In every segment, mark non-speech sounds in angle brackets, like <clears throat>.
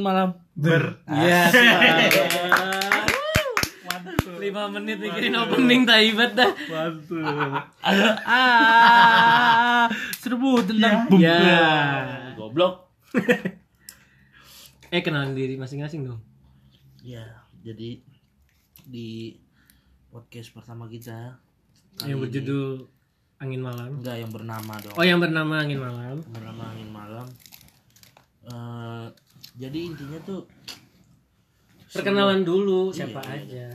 malam Ber. Yes. Lima menit mikirin opening taibat dah. Ah, serbu tentang Ya. ya. Goblok. <laughs> eh kenalan diri masing-masing dong. Ya, jadi di podcast pertama kita kali Yang ini- berjudul Angin Malam. enggak yang bernama dong. Oh, yang bernama Angin Malam. Yang Bernama angin malam. Eh, jadi intinya tuh Perkenalan dulu Iya, siapa iya. aja.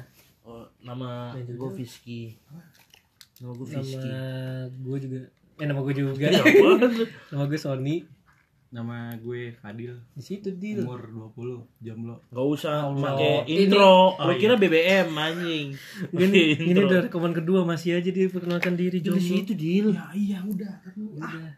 Oh, nama Yang judul? gue Fiski. Nama gue <laughs> Fiski. Nama gue juga. Eh nama gue juga. nama gue Sony. Nama gue Fadil, Di situ deal. umur 20, jomblo. Gak usah Allah. pakai Oh, Ini- intro. Oh, Lu iya. kira BBM anjing. Gini, Pakai <laughs> ini <laughs> intro. udah rekaman kedua masih aja dia perkenalkan diri Itu di jomblo. situ deal. Ya iya udah,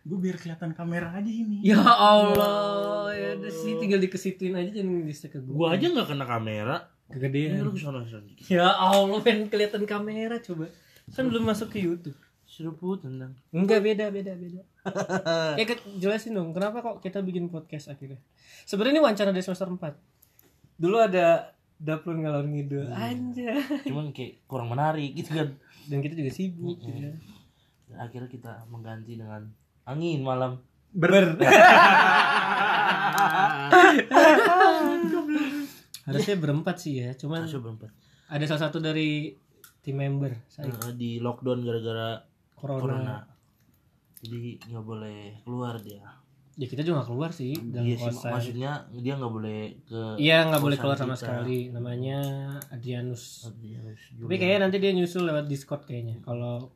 gue biar kelihatan kamera aja ini. Ya Allah, ya udah sih tinggal dikesituin aja jangan di ke Gua aja nggak kena kamera. Ini lu kegedean. kesana kesana. Ya Allah, pengen kelihatan kamera coba. Kan belum masuk ke YouTube. Seruput tendang. Enggak beda, beda, beda. ya ke- jelasin dong, kenapa kok kita bikin podcast akhirnya? Sebenarnya ini wawancara dari semester 4. Dulu ada Daplun ngalor ngidul aja. <laughs> Cuman kayak kurang menarik gitu kan. Dan kita juga sibuk gitu ya. Dan akhirnya kita mengganti dengan angin malam. Ber. Harusnya berempat sih ya, cuman Masuk berempat. ada salah satu dari tim member saya Nah, di lockdown gara-gara corona. corona. Jadi nggak boleh keluar dia. Ya kita juga gak keluar sih dalam Iya sih, mak- kosan. maksudnya dia nggak boleh ke Iya nggak boleh kosan keluar sama kita. sekali. Namanya Adrianus. Dia harus juga. Tapi kayaknya nanti dia nyusul lewat Discord kayaknya. Kalau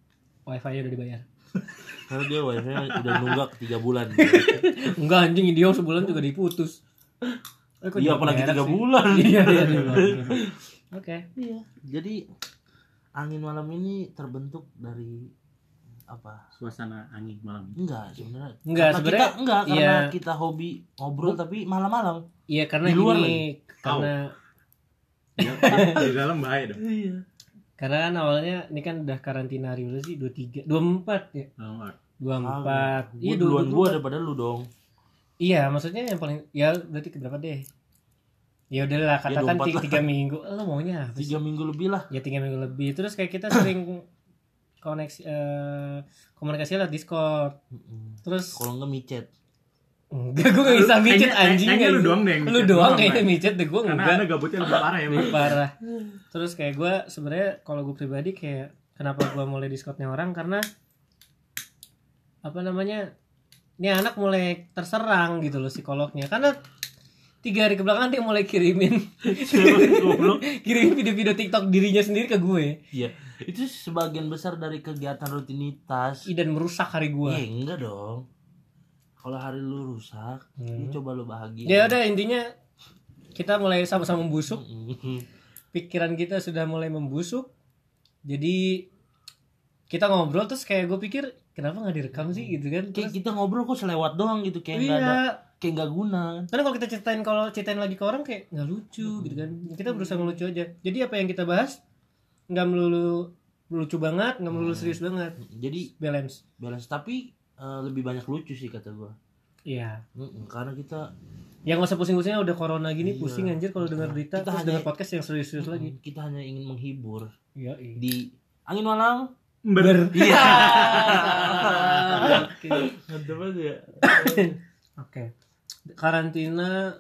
wifi-nya udah dibayar. Karena dia wifi udah nunggak 3 bulan. Enggak anjing dia sebulan juga diputus. Eh, kok Iya, jadi apalagi merek tiga sih? bulan. Iya iya. <laughs> iya, bener. Oke. Iya. Jadi angin malam ini terbentuk dari apa? Suasana angin malam. Enggak sebenarnya. Enggak, Karena sebenarnya- kita enggak karena iya. kita hobi ngobrol tapi malam-malam. Iya karena Di luar gini karena Iya, Ya, di dalam bahaya dong. Iya. karena kan awalnya ini kan udah karantina hari berapa sih? 23, 24 ya. Lama. 24. Iya Iya duluan gua 24. daripada lu dong. Iya, maksudnya yang paling ya berarti berapa deh? Ya Ya, udahlah katakan 24 ti- lah. tiga minggu. Eh, Lo maunya apa sih? Tiga minggu lebih lah. ya tiga minggu lebih terus kayak kita sering koneksi eh, komunikasi lewat Discord terus Kalau enggak micet. enggak gue gak bisa Kayaknya- micet kayak- anjing kayaknya lu doang deh yang lu micet. doang Gua nggak kayaknya main. micet deh gue Karena enggak anda gabutnya lebih parah ya. lebih parah terus kayak gue sebenarnya kalau gue pribadi kayak kenapa gue mulai Discordnya orang karena apa namanya ini anak mulai terserang gitu loh psikolognya karena tiga hari kebelakangan dia mulai kirimin <laughs> Goblok. kirimin video-video TikTok dirinya sendiri ke gue Iya. Itu sebagian besar dari kegiatan rutinitas. Ih, dan merusak hari gue Iya, enggak dong. Kalau hari lu rusak, lu Hmm. coba lu bahagia. Ya udah intinya kita mulai sama-sama membusuk, <laughs> Mm-mm. pikiran kita sudah mulai membusuk. Jadi kita ngobrol terus kayak gue pikir kenapa nggak direkam sih gitu kan? Kayak Terus kita ngobrol kok selewat doang gitu kayak enggak ada iya, kayak enggak guna. karena kalau kita ceritain kalau ceritain lagi ke orang kayak nggak lucu gitu kan? Kita berusaha ngelucu aja. Jadi apa yang kita bahas nggak melulu lucu banget, nggak melulu Hmm. serius banget. Jadi Balance. balance tapi eh, lebih banyak lucu sih kata gua. Iya. Mm-mm, Karena kita Yang nggak usah pusing-pusingnya udah corona Iya. gini pusing anjir kalau dengar berita Kita terus hanya- dengar podcast yang serius-serius lagi. mm, kita hanya ingin menghibur Iya. iya. di angin malam. Ber. Iya. <laughs> <laughs> Oke. Mantap banget <coughs> ya. Oke. Karantina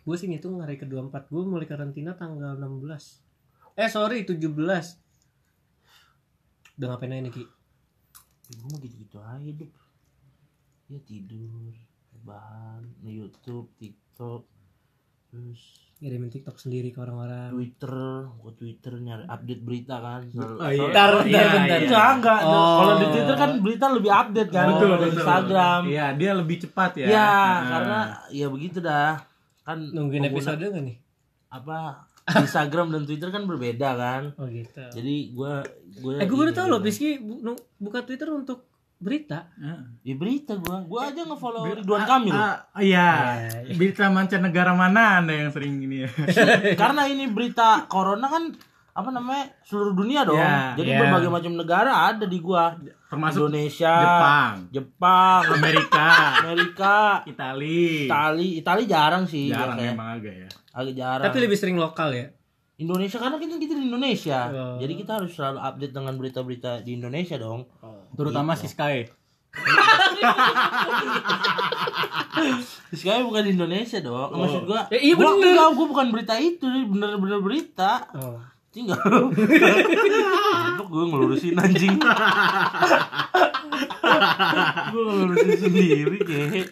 gue sih ngitung hari ke-24 gue mulai karantina tanggal 16. Eh sorry 17. Udah ngapain aja nih Ki? Gue mau gitu-gitu aja hidup. Ya tidur, bahan, YouTube, TikTok, terus Ngirimin TikTok sendiri ke orang-orang. Twitter, gua Twitter nyari update berita kan. Selalu- Oh, iya. selalu- Bentar, bentar, Iya, bentar. iya. Enggak, enggak. Oh. Kalau di Twitter kan berita lebih update kan Betul, kalau di betul. Instagram. Iya, dia lebih cepat ya. Ya, Iya, karena ya begitu dah. Kan Nungguin pengguna- episode gak Oh, nih? apa Instagram dan Twitter kan berbeda kan. Oh gitu. Jadi gua gua eh gue baru ini- tau loh Piski bu- nu- buka Twitter untuk berita. Heeh. Ya berita gua. Gua aja nge-follow Ridwan Ah, Kamil. ah, Iya. Ya, iya. <laughs> Berita mancanegara mana anda yang sering ini ya? Karena ini berita corona kan apa namanya seluruh dunia dong Ya, jadi ya. berbagai macam negara ada di gua termasuk Indonesia Jepang. Jepang Amerika Amerika Itali Itali Itali jarang sih jarang biasanya. emang agak ya agak jarang Tapi lebih sering lokal ya. Indonesia karena kita kita di Indonesia Oh. jadi kita harus selalu update dengan berita-berita di Indonesia dong Oh. Gitu. terutama si <laughs> Sky Sekarang bukan di Indonesia dong maksud gua Ya, iya gua, bener. enggak, gua bukan berita itu bener-bener berita Oh. tinggal untuk gue ngelurusin anjing gue ngelurusin sendiri kehe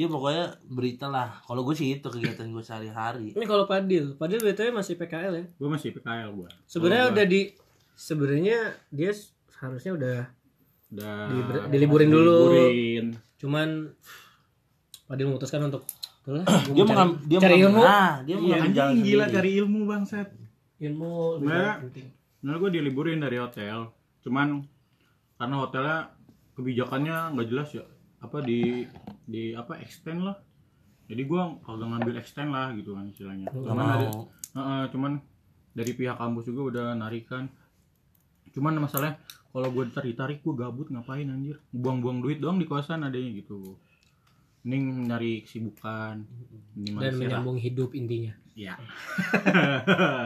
ya pokoknya berita lah kalau gue sih itu kegiatan gue sehari-hari Ini kalau Padil, Padil BTW masih PKL ya. gue masih PKL gue Sebenarnya Kalau gua udah di sebenarnya dia s- harusnya udah udah Diliber- diliburin dulu. diliburin. cuman Padil memutuskan untuk "Udah lah, gua dia mau mengam cari- dia cari mengambil- ilmu ah, dia mengambil jalan Iya, Anjing gila sendiri. cari ilmu bangset. <coughs> ilmu lebih Nah. penting. Nah, gue diliburin dari hotel. Cuman karena hotelnya kebijakannya nggak jelas ya. Apa di di apa extend lah. Jadi gua kagak ngambil extend lah gitu kan istilahnya. Gak Cuman ada, mau Heeh, cuman dari pihak kampus juga udah narikan. Cuman masalahnya kalau gue ditarik-tarik gue gabut ngapain anjir? Buang-buang duit doang di kosan adanya gitu. Mending nyari kesibukan. Mending dan manusia lah. menyambung hidup intinya. Ya. <laughs>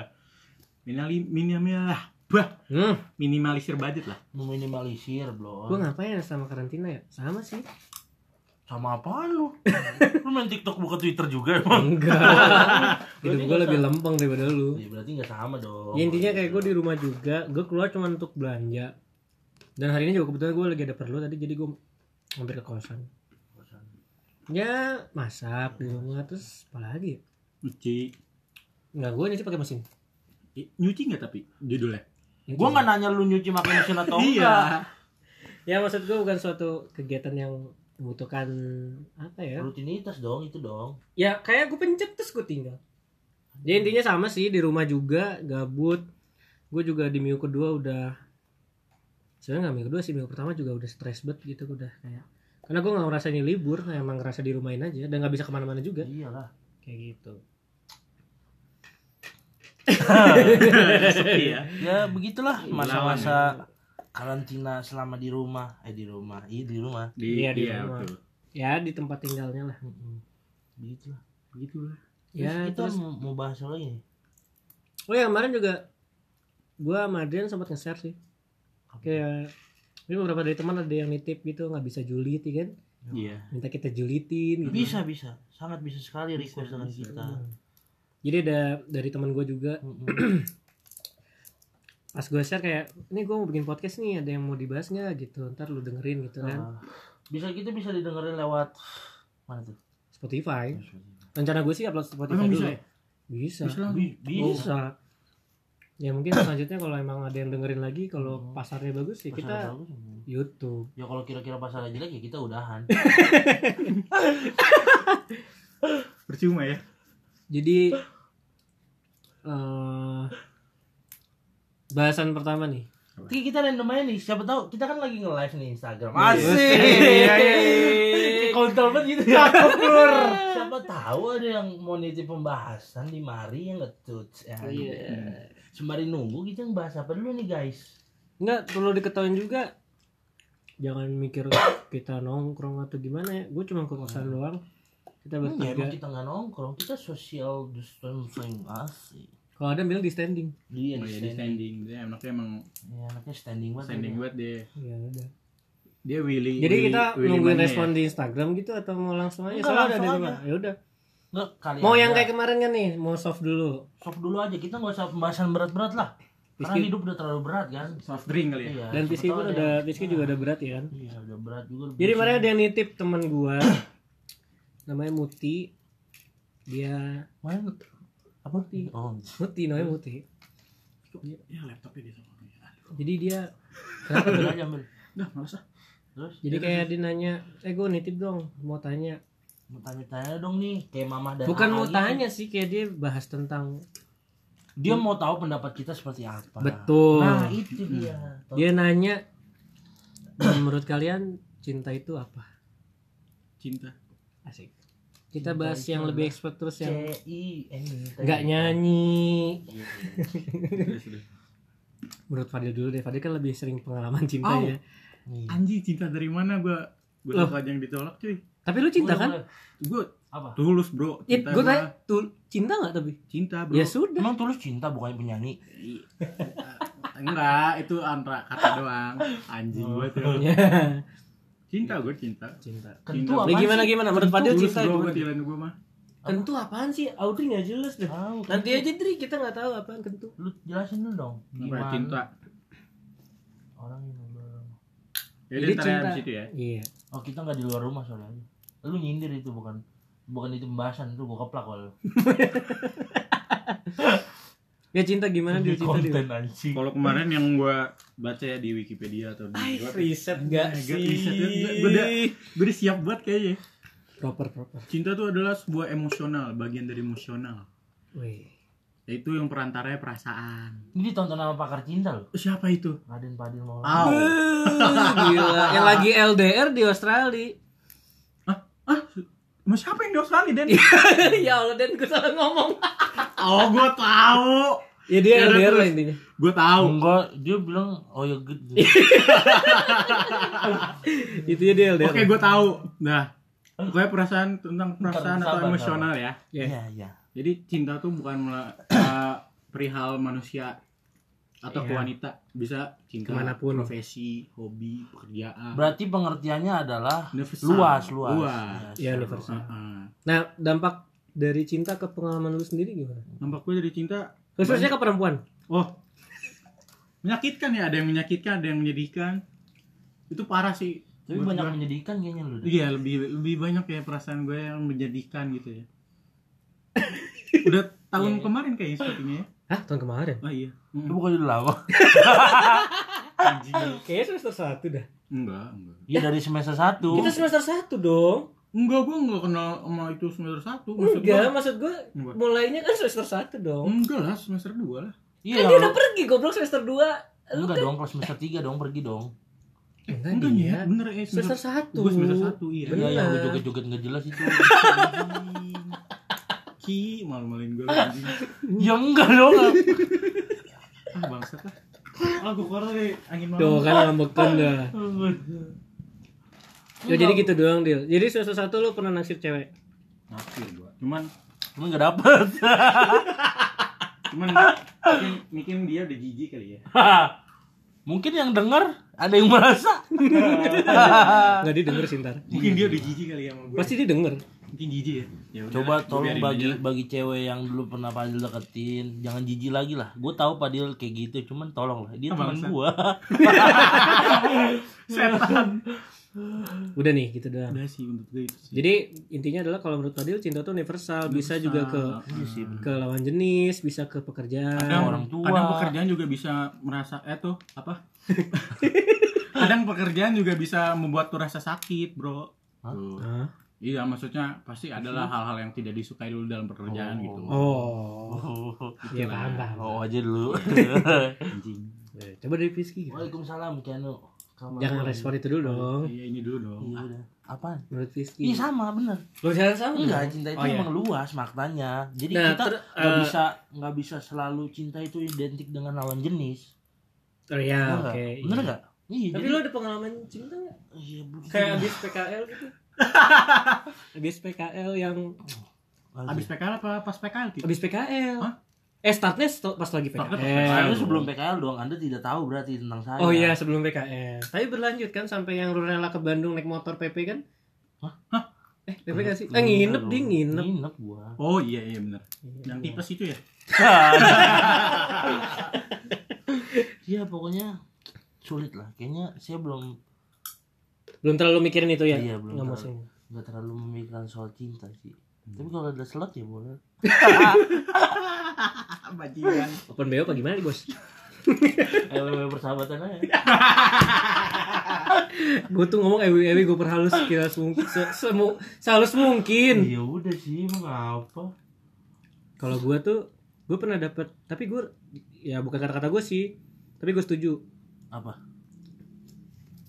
Minali- minimal lah. Bah, Hmm, minimalisir budget lah. meminimalisir gua bro ngapain ya sama karantina ya? Sama sih. sama apaan lu lu main tiktok buka twitter juga emang Enggak. <laughs> hidup Berarti gua nggak lebih lempeng daripada lu. ya berarti nggak sama dong Ya, intinya kayak gue di rumah juga, gue keluar cuma untuk belanja. Dan hari ini juga kebetulan gue lagi ada perlu tadi, jadi gue mampir ke kosan. Ya masak di rumah terus apa lagi? ya? Nyuci. Nggak gue nyuci pakai mesin. I- Nyuci nggak tapi judulnya? <laughs> gue nggak nanya lu nyuci pakai mesin atau enggak Iya. Ya maksud gue bukan suatu kegiatan yang membutuhkan apa ya? rutinitas dong itu dong Ya kayak gue pencet terus gue tinggal. Ya intinya sama sih di rumah juga gabut. Gue juga di minggu kedua udah sebenarnya nggak minggu kedua sih minggu pertama juga udah stres banget gitu udah kayak karena gue nggak ngerasain ini libur kayak emang ngerasa di rumahin aja dan nggak bisa kemana-mana juga iyalah kayak gitu ya Iya. Iya, begitulah masa-masa karantina selama di rumah eh di rumah iya di rumah Di, Iya, di iya, rumah. betul. ya di tempat tinggalnya lah Mm-mm. begitulah Begitulah. ya kita terus mau, mau bahas apa lagi nih? oh ya kemarin juga gue sama Adrian sempat nge-share sih Apa? kayak ini beberapa dari teman ada yang nitip gitu nggak bisa julid ya kan Iya. minta kita julitin gitu. bisa bisa sangat bisa sekali request dengan bisa. kita jadi ada dari teman gue juga Mm-mm. pas gue share kayak ini gue mau bikin podcast nih ada yang mau dibahas nggak gitu ntar lu dengerin gitu kan Nah, bisa kita bisa didengerin lewat mana tuh Spotify rencana gue sih upload Spotify Emang dulu bisa ya? bisa Bisa langsung. Bi- bisa bisa ya mungkin selanjutnya kalau emang ada yang dengerin lagi kalau pasarnya bagus sih Hmm. Pasar kita bagus. YouTube ya kalau kira-kira pasar jelek ya kita udahan Percuma ya. jadi eh bahasan pertama nih Oke kita random aja nih siapa tahu kita kan lagi nge-live nih Instagram Iya. Iya, <laughs> Asik. kontol banget gitu ya Iya. siapa tahu ada yang mau nitip pembahasan di mari yang ngetut ya Iya. sembari nunggu kita bahas apa dulu nih guys nggak perlu diketahuin juga jangan mikir kita nongkrong atau gimana ya gue cuma ke kosan doang kita Hmm, ya, emang bertiga kita nggak nongkrong kita social distancing asik kalau ada bilang di standing dia di Oh, iya, di standing standing. Dia enaknya emang ya anaknya standing banget standing ya. buat dia. ya udah Dia willy. jadi willy- kita willy ya? nungguin mania respon di Instagram gitu atau mau langsung aja Enggak, soalnya ada langsung di aja. rumah ya udah Nggak, kali mau yang aja. kayak kemarin kan nih mau soft dulu Sok dulu aja kita nggak usah pembahasan berat-berat lah karena Rizky- hidup udah terlalu berat kan ya. Soft drink kali ya. iya dan siapa Rizky tahu pun ada udah yang- Rizky juga udah berat ya kan iya udah berat juga jadi kemarin ada yang nitip temen gua namanya Muti dia Kemarin apa sih <laughs> oh Muti namanya Muti Ya laptopnya di sana. jadi dia kenapa ambil aja ambil Udah, males ah. terus jadi kayak dia nanya eh gue nitip dong mau tanya mau tanya-tanya dong nih kayak mamah dan bukan Aa mau gitu. tanya sih kayak dia bahas tentang dia mau tahu pendapat kita seperti apa betul Iya, nah itu dia dia nanya menurut kalian cinta itu apa Cinta. asik Kita bahas itu yang adalah lebih expert terus C yang I N I T. nggak nyanyi. Gitu. Menurut Fadil dulu deh. Fadil kan lebih sering pengalaman cinta Au. ya. Nih. Anjing cinta dari mana gua gua Loh. suka aja yang ditolak cuy. Tapi lu cinta Boleh, kan? boleh. Gua Apa? tulus bro. Ya, Cinta gue gua- tanya, tuh cinta nggak tapi? cinta bro. Iya. Ya sudah. Emang tulus cinta bukannya penyanyi? Enggak, itu antara kata doang. Anjing gua tuh. <laughs> Ya, Cinta gua cinta. cinta. Kentu Cinta. apa Ya, gimana sih? gimana? Menurut Fadil Tulus cinta bro gua gimana? pilihan gua mah. Kentu apaan sih? Audrey nggak jelas deh. Tahu. Nanti aja Dri kita nggak tahu apaan kentu. Lu jelasin dulu dong. Apa ya, cinta? Orang yang di luar rumah. Ya Jadi Jadi cinta. cinta. Di situ ya. Iya. Oh, kita nggak di luar rumah soalnya. Lu nyindir itu bukan bukan itu pembahasan itu gua keplak kalau Ya cinta gimana dia Ini cinta dia? konten anjing Kalau kemarin yang gua baca ya di Wikipedia atau di Ay, gua- riset gak Agak riset. Gua- sih? gua udah gua udah siap buat kayaknya. Proper proper. Cinta itu adalah sebuah emosional, bagian dari emosional. Wih. <laughs> Yaitu yang perantaranya perasaan. ini ditonton sama pakar cinta loh Siapa itu? Eh, Raden Padil mau Au. Gila. Yang lagi LDR di Australia. Ah, mau siapa yang di Australia, Den? <laughs> ya Allah Dan gue salah ngomong. <laughs> oh, gua tahu. Ya dia Ya, LDR lah terus. intinya. Gua tahu. enggak dia bilang oh ya good <laughs> Iya. Itu ya dia LDR. Oke, gua tahu. Nah, pokoknya perasaan tentang perasaan Bentar, atau sabar, emosional ya. Ya. iya iya Jadi cinta tuh bukan mela- eh, perihal manusia atau Iya. ke wanita, bisa cinta Kemanapun. profesi, hobi, pekerjaan. berarti pengertiannya adalah universal. luas luas Iya, Luas. Iya, Ya, universal. Heeh. Nah dampak dari cinta ke pengalaman lu sendiri gimana? Nampak gue dari cinta Khususnya ke perempuan. Oh, menyakitkan ya. Ada yang menyakitkan, ada yang menyedihkan. Itu parah sih. tapi Menurut banyak gua. menyedihkan kayaknya lu Dan. Iya, lebih lebih banyak ya perasaan gue yang menyedihkan gitu ya. Udah tahun kemarin kayaknya sepertinya ya. Hah tahun kemarin? Oh iya. lu Mm-mm. bukan udah lama Kayaknya semester satu dah. Enggak, enggak. ya dari semester satu Kita semester satu dong. Enggak, gue enggak kenal sama itu semester 1 maksud Enggak, gua- maksud gue Enggak. mulainya kan semester satu dong. Enggak lah, semester 2 lah. iya Kan dia udah pergi goblok semester dua. Lu enggak kan dong kelas semester tiga dong pergi dong Enggak nih ya, bener eh Semester semester satu. Gue semester 1, iya. iya Bener. yang lu joget-joget nggak jelas itu <laughs> Anjing. Ki, malu-maluin gue anjing. ya enggak dong Ah, bangsat lah. Ah, gue keluar dari angin malam. Tuh kan ngambekan dah. Ya, jadi gitu doang, Dil. Jadi semester satu lu pernah naksir cewek. Naksir gua. Cuman Emang nggak dapet <laughs> cuman mungkin, mungkin dia udah jijik kali ya. mungkin yang denger ada yang merasa Enggak dia denger sih ntar. Mungkin dia udah jijik kali ya sama gue. Pasti dia denger. Mungkin jijik ya. ya udah lah, Coba gua tolong biarin bagi aja lah. bagi cewek yang dulu pernah Padil deketin, jangan jijik lagi lah. Gue tahu Padil kayak gitu, cuman tolong lah. Dia teman Bangsa. <laughs> gue. setan. Udah nih, gitu doang. Udah sih menurut gue itu sih. Jadi intinya adalah kalau menurut Fadil cinta tuh universal, bisa juga ke Iya ke lawan jenis, bisa ke pekerjaan. kadang, orang tua. kadang pekerjaan juga bisa merasa eh tuh apa? <laughs> kadang pekerjaan juga bisa membuat tuh rasa sakit, Bro. Hah? Tuh. Hah? Iya, maksudnya pasti adalah hal-hal yang tidak disukai dulu dalam pekerjaan Oh. gitu. Oh. Iya, paham, paham. Oh aja dulu. Anjing. Nah, Coba dari Fiski. gitu. Waalaikumsalam Kiano. Kamu- Jangan respon itu dulu dong. Iya, ini dulu dong. Oh. Iya udah. Apaan? Menurut Iya Fiski. sama bener. Lu jangan sama. Enggak cinta itu Oh, iya. emang luas maknanya. Jadi Nah, kita ter- nggak eh, bisa nggak bisa selalu cinta itu identik dengan lawan jenis. Oh Bener iya, nggak? oke. iya. Bener nggak? Iya. Tapi jadi- lu ada pengalaman cinta nggak? Iya, begitu. Kayak abis PKL <laughs> gitu. abis PKL yang Lagi. Habis PKL apa pas PKL gitu? abis PKL. Hah? Eh startnya sto- pas lagi PKL. Startnya pas PKL. Saya sebelum PKL dong, Anda tidak tahu berarti tentang saya. Oh iya sebelum PKL. Tapi berlanjut kan sampai yang lu rela ke Bandung naik motor PP kan? Hah? Eh, PP gak sih? Eh, nginep dia nginep. Iya Nginep <laughs> gua. Oh iya iya benar. Yang tipes itu ya? Iya pokoknya sulit lah. Kayaknya saya belum Belum terlalu mikirin itu ya? Iya, belum terlalu. Nggak maksudnya. nggak terlalu memikirkan soal cinta sih. Tapi kalau ada slot ya boleh. Bajingan. Open BO apa gimana nih, Bos? <laughs> Eh persahabatan aja. gue tuh ngomong ewe ewe gue perhalus kira semungkin se semu- sehalus mungkin Iya udah sih, emang apa? kalau gue tuh gue pernah dapet tapi gue ya bukan kata-kata gue sih tapi gue setuju Apa?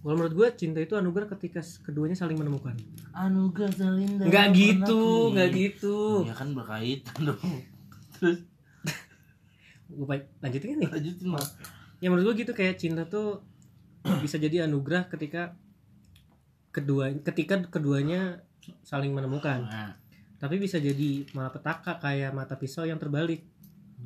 Kalau menurut gue cinta itu anugerah ketika s- keduanya saling menemukan. Anugerah saling dalam Enggak gitu, menakdir. enggak gitu. Ya kan berkaitan dong. <laughs> Terus Gue baik lanjutin nih. lanjutin mas. Ya menurut gue gitu kayak cinta tuh bisa jadi anugerah ketika kedua ketika keduanya saling menemukan. Nah, Tapi bisa jadi malapetaka kayak mata pisau yang terbalik.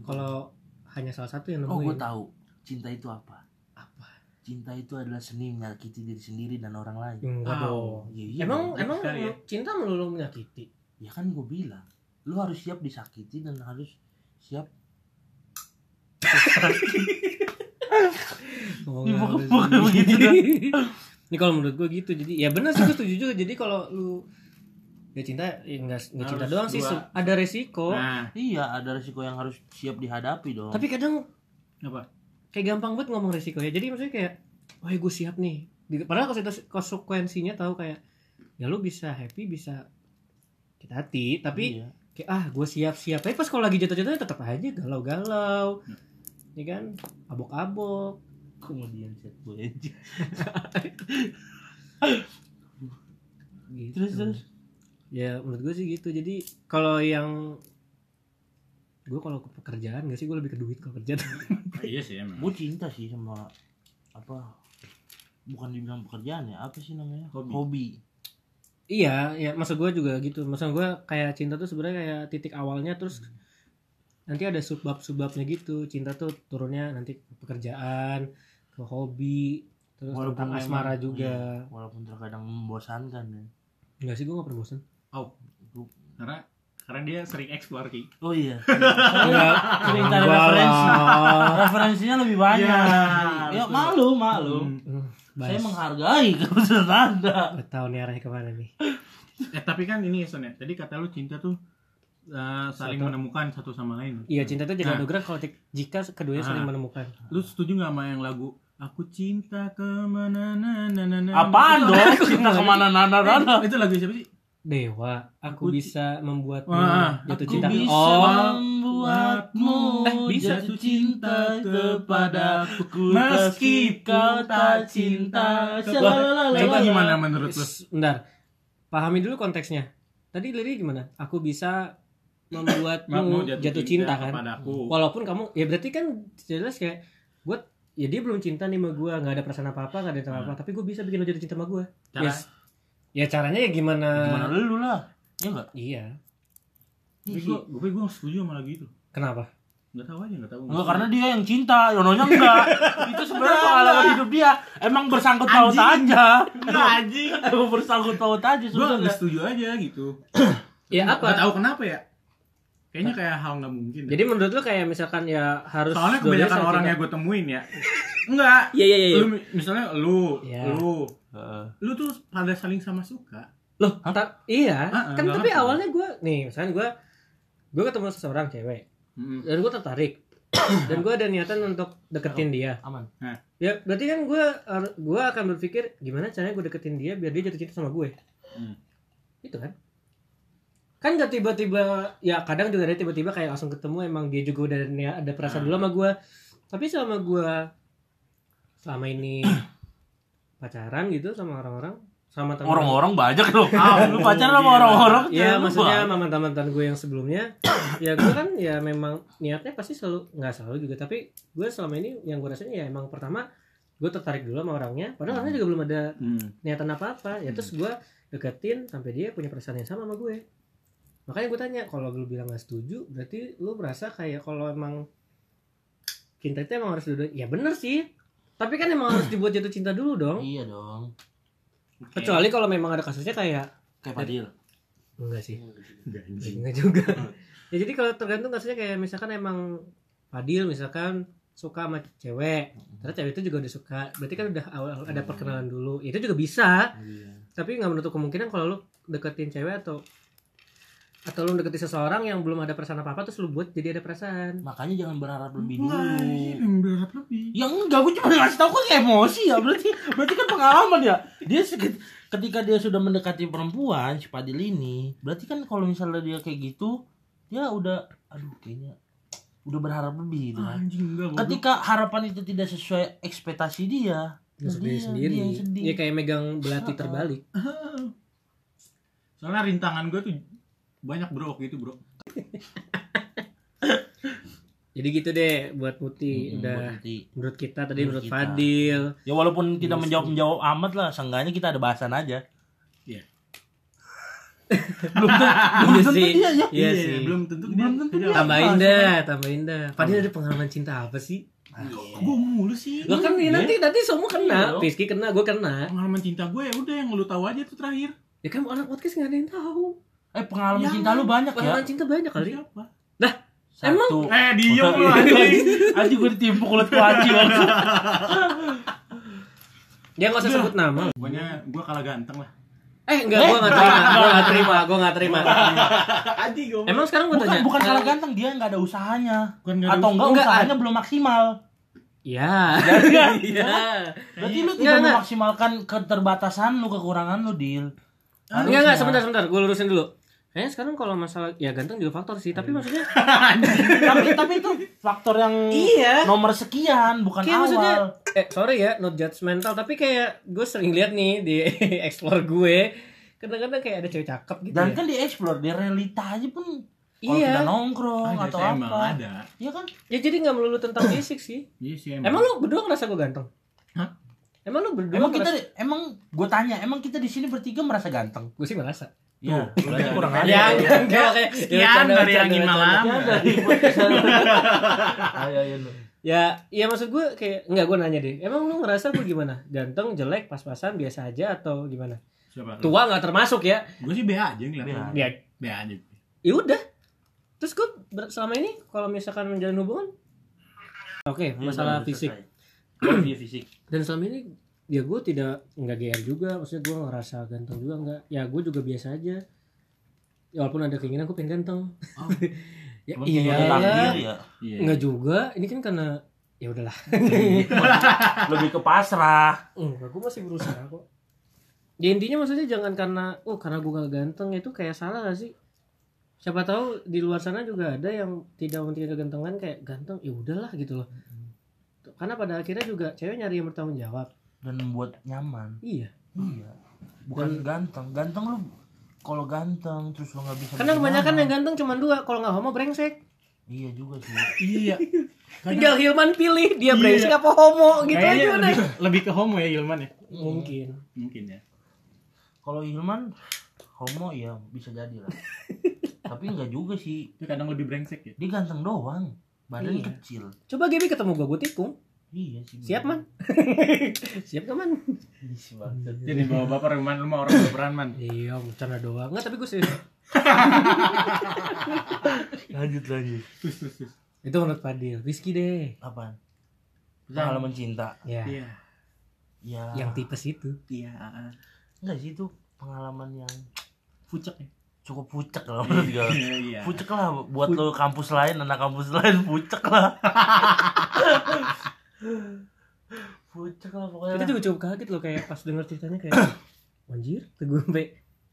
Kalau hanya salah satu yang Oh gue nemuin. tahu. Cinta itu apa? Apa? Cinta itu adalah seni menyakiti diri sendiri dan orang lain. Wow. Enggak dong. Iya, iya, Emang dong. emang sekali ya. cinta melulu menyakiti. ya kan gue bilang, lu harus siap disakiti dan harus siap Ngomongnya Bukan- harus- bukan begitu, kan? <laughs> Ini kalau menurut gue gitu. Jadi ya benar sih gue setuju juga. Jadi kalau lu ya cinta ya enggak enggak cinta Harus doang sih dua. se- ada resiko. nah Iya, ada resiko yang harus siap dihadapi dong. Tapi kadang apa? kayak gampang banget ngomong resiko ya. Jadi maksudnya kayak wah gue siap nih. Di- Padahal konse- konsekuensinya tahu kayak ya lu bisa happy bisa kita hati tapi iya. kayak ah gue siap siap tapi pas kalau lagi jatuh jatuhnya tetap aja galau galau Hmm. ya kan abok abok kemudian set gue anjing. gitu. Terus terus ya menurut gue sih gitu jadi kalau yang gue kalau ke pekerjaan gak sih gue lebih ke duit kalau kerja Ah, iya sih emang. gue cinta sih sama apa bukan dibilang pekerjaan ya apa sih namanya Hobi. iya ya maksud gue juga gitu maksud gue kayak cinta tuh sebenarnya kayak titik awalnya terus nanti ada subbab subbabnya gitu cinta tuh turunnya nanti ke pekerjaan ke hobi terus Walaupun tentang memang- asmara iya, juga walaupun terkadang membosankan ya Enggak sih gue gak pernah <laughs> bosan Karena karena dia sering explore ki. oh <laughs> iya Enggak, sering cari enggak referensi lah. referensinya lebih banyak Iya, ya betul. malu malu <laughs> Hmm, saya Bas, menghargai keputusan anda gak tau nih arahnya kemana nih Eh tapi kan ini ya Son ya. Tadi kata lu cinta tuh eh, saling Satu. menemukan satu sama lain. Iya cinta itu Nah. jadi anugerah kalau ti- jika keduanya Ah. saling menemukan. Lu setuju nggak sama yang lagu Aku cinta kemana na na na na apaan Itu- <laughs> dong cinta kemana nana nana Iya. Eh, Itu lagu siapa sih? Dewa, aku Aku ci- bisa membuatmu Wah, Ah, jatuh Aku cinta. bisa Oh, membuatmu Eh, bisa. jatuh cinta kepadaku meski Meskipun kau tak cinta. Coba, Shalalala. Nah, itu gimana menurut lu? s- bentar. Pahami dulu konteksnya. Tadi liriknya gimana? Aku bisa <coughs> membuatmu jatuh, cinta, kan. Pada aku. Walaupun kamu ya berarti kan jelas kayak gue ya dia belum cinta nih sama gue nggak ada perasaan apa apa nggak ada apa apa tapi gue bisa bikin lo jatuh cinta sama gue Hmm. Cara Yes. ya caranya ya gimana, Gimana lu lah? Ya enggak? iya tapi gua gue gue setuju sama lagu itu. kenapa Enggak tahu aja, enggak tahu. Enggak karena dia yang cinta, Yononya enggak. Itu sebenarnya pengalaman hidup dia. Emang bersangkut paut Anjing. aja. Iya, Enggak, anjing. Emang bersangkut paut aja Gue nggak sebenarnya. setuju aja gitu. ya apa Nggak tahu kenapa ya. Kayaknya kayak hal nggak mungkin. Jadi menurut lu kayak misalkan ya harus Soalnya dua-duanya kebanyakan saling orang yang cinta. gue temuin ya. Enggak. Iya iya iya. Lu mi- misalnya lu, Iya. lu, Heeh. lu tuh pada saling sama suka. Loh, ta- iya. Ah, ah, kan nggak tapi ngerti. awalnya gue nih, misalkan gue gue ketemu seseorang cewek Mm. dan gue <coughs> tertarik dan gue ada niatan untuk deketin dia. Aman. Ya berarti kan gue gue akan berpikir gimana caranya gue deketin dia biar dia jatuh cinta sama gue. Hmm. Itu kan. Kan gak tiba-tiba ya kadang juga ada tiba-tiba kayak langsung ketemu emang dia juga udah ada nia- ada perasaan dulu sama gue. Tapi selama gue selama <coughs> ini pacaran gitu sama orang-orang sama teman Orang-orang banyak loh. Ah, <laughs> Lu pacaran sama Iya. orang-orang. Ya jangan maksudnya lupa. sama mantan-mantan gue yang sebelumnya <coughs> Ya gue kan ya memang niatnya pasti selalu Nggak selalu juga tapi gue selama ini yang gue rasain ya emang pertama Gue tertarik dulu sama orangnya Padahal orangnya juga belum ada Mm. niatan apa-apa Ya terus gue deketin sampai dia punya perasaan yang sama sama gue Makanya gue tanya kalau lu bilang gak setuju Berarti lu merasa kayak kalau emang Cinta itu emang harus dulu Ya bener sih Tapi kan emang harus dibuat jatuh cinta dulu dong Iya dong. Oke. Kecuali kalau memang ada kasusnya kayak Kayak Fadil. Enggak sih Nggak, anjing. Enggak juga. <laughs> ya jadi kalau tergantung kasusnya kayak misalkan emang Fadil misalkan suka sama cewek, ternyata cewek itu juga udah suka. Berarti kan udah awal ada perkenalan dulu. Itu juga bisa, Iya. tapi nggak menutup kemungkinan kalau lu deketin cewek atau atau lu deketin seseorang yang belum ada perasaan apa-apa terus lu buat jadi ada perasaan. Makanya jangan berharap lebih dulu. Wah, iya, anjing, yang berharap lebih. Ya enggak, gue cuma ngasih tau kan emosi ya Berarti berarti kan pengalaman ya Dia seket- ketika dia sudah mendekati perempuan Si Padil ini Berarti kan kalau misalnya dia kayak gitu Dia udah, aduh kayaknya Udah berharap lebih gitu Ah, kan Anjing enggak bodoh. Ketika harapan itu tidak sesuai ekspektasi dia Nah, sendiri dia- sendiri dia yang sedih. ya kayak megang belati Ah. terbalik Soalnya rintangan gue tuh banyak brok gitu bro. jadi gitu deh buat Muti Mm-mm, udah buat nanti. menurut kita tadi Menurut menurut kita. Fadil Ya walaupun kita Iya menjawab menjawab amat lah, seenggaknya kita ada bahasan aja. Iya. belum <laughs> tentu, belum Iya tentu sih. dia ya. Iya Iya, sih. Belum tentu Belum tentu dia. tambahin Iya, dah tambahin dah Fadil ada pengalaman cinta apa sih Gue mulu sih. Lo kan nih, Iya. nanti nanti semua Iya. kena, Rizky kena, gue kena. Pengalaman cinta gue ya udah yang lu tahu aja tuh terakhir. Ya kan anak podcast nggak ada yang tahu. Eh pengalaman Jangan. cinta lu banyak ya. Pengalaman cinta banyak kali. Siapa? Satu. Eh, diem Motor- lu <laughs> anjing. Anjing gue ditimpuk kulit <laughs> kuaci waktu. Ya Iya. nggak usah sebut nama. Pokoknya gue kalah ganteng lah. Eh enggak, gue nggak <laughs> terima, gue nggak terima, gue nggak terima. Aji gue. Emang sekarang gue Bukan tanya. bukan kan? kalah eh, ganteng, dia nggak ada usahanya. Bukan nggak ada Atau enggak, Enggak, usahanya belum maksimal. Iya. kan? <laughs> Iya. Berarti lu Enggak, tidak enggak. memaksimalkan keterbatasan lu, kekurangan lu, Dil. Harusnya. Enggak enggak <laughs> sebentar sebentar, gue lurusin dulu. Kayaknya sekarang kalau masalah ya ganteng juga faktor sih, tapi maksudnya <laughs> tapi tapi itu faktor yang Iya. nomor sekian bukan kayak awal. maksudnya eh sorry ya, not judgmental, tapi kayak gue sering lihat nih di <laughs> explore gue kadang-kadang kayak ada cewek cakep gitu Dan ya. kan di explore di realita aja pun kalau Iya. kita nongkrong Ada atau sih, emang apa. ada. Iya kan? Ya jadi nggak melulu tentang fisik sih. Iya sih Emang lu berdua ngerasa gue ganteng? Hah? Emang lu berdua Emang kita ngerasa... emang gue tanya, emang kita di sini bertiga merasa ganteng? Gue sih merasa. Iya, Tuh, berarti udah. kurang Ya, aja. Ya, <laughs> enggak, enggak. kayak- Sekian dari bercanda, bercanda, angin bercanda. malam. Ayo, ayo lu. Ya, iya maksud gue kayak enggak gue nanya deh. Emang lu ngerasa gue gimana? Ganteng, jelek, pas-pasan, biasa aja atau gimana? Siapa? Tuh. Tua nggak termasuk ya? Gue sih BA aja ngeliat. Ya, BA aja. ya udah. Terus gue ber- selama ini kalau misalkan menjalin hubungan Oke, masalah fisik. Iya fisik. Dan selama ini ya gue tidak nggak GR juga, maksudnya gue ngerasa ganteng juga nggak. Ya gue juga biasa aja. Ya, walaupun ada keinginan gue pengen ganteng. Oh. ya, Emang iya, kayaknya takdir ya. <laughs> Iya. nggak juga. Ini kan karena ya udahlah. Lebih ke pasrah. Enggak, gue masih <laughs> berusaha kok. Ya intinya maksudnya jangan karena, oh karena gue gak ganteng itu kayak salah gak sih? Siapa tahu di luar sana juga ada yang tidak mementingkan kegantengan kayak ganteng, ya udahlah gitu loh. Karena pada akhirnya juga cewek nyari yang bertanggung jawab. dan membuat nyaman. Iya. Iya. Bukan ganteng. Ganteng lu kalau ganteng terus lu nggak bisa. Karena bikin kebanyakan nyaman. yang ganteng cuma dua, kalau nggak homo brengsek. Iya juga sih. Iya. Tinggal Hilman pilih Iya. dia brengsek apa homo gitu Kayaknya aja udah. lebih, lebih ke homo ya Ilman ya. Mungkin. Mungkin ya. Kalau Hilman homo ya bisa jadi <laughs> lah. Tapi nggak juga sih. Dia kadang lebih brengsek ya. Dia ganteng doang. Badan Iya. kecil. Coba Gaby ketemu gue, gue tikung. Iya sih. Siap <laughs> man? Siap gak man? Ih, si bangsat. Jadi bawa baper Ilman lu mah orang baperan man. Iya, bercanda doang. Enggak, tapi gue serius. Lanjut lanjut. Terus terus terus. Itu menurut Fadil. Rizky deh. Apaan? Pengalaman cinta. Ya. Iya. Ya. Yang tipes itu. Iya. ah. Enggak sih itu pengalaman yang Fucek ya. cukup pucek lah menurut gue. Iya, Iya. Pucek lah buat lo kampus lain, anak kampus lain pucek lah. <laughs> pucek lah pokoknya. Kita juga cukup kaget loh kayak pas denger ceritanya kayak <coughs> anjir, tuh gue sampai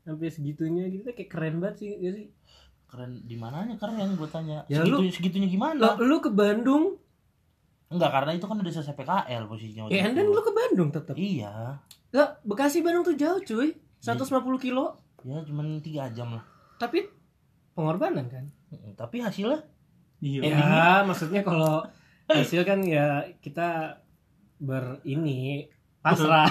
sampai segitunya gitu kayak keren banget sih ya sih. Keren di mananya keren gue tanya. Ya, Segitu, lu- segitunya Lo, gimana? lu ke Bandung, Enggak karena itu kan udah selesai PKL posisinya. waktu ya and itu. then lu ke Bandung tetap. Iya. Enggak, Bekasi Bandung tuh jauh cuy. 150 kilo, Ya cuman 3 jam lah. tapi pengorbanan kan. Mm, Tapi hasilnya Iya. Ya, maksudnya kalau hasil kan ya kita ber ini <laughs> pasrah.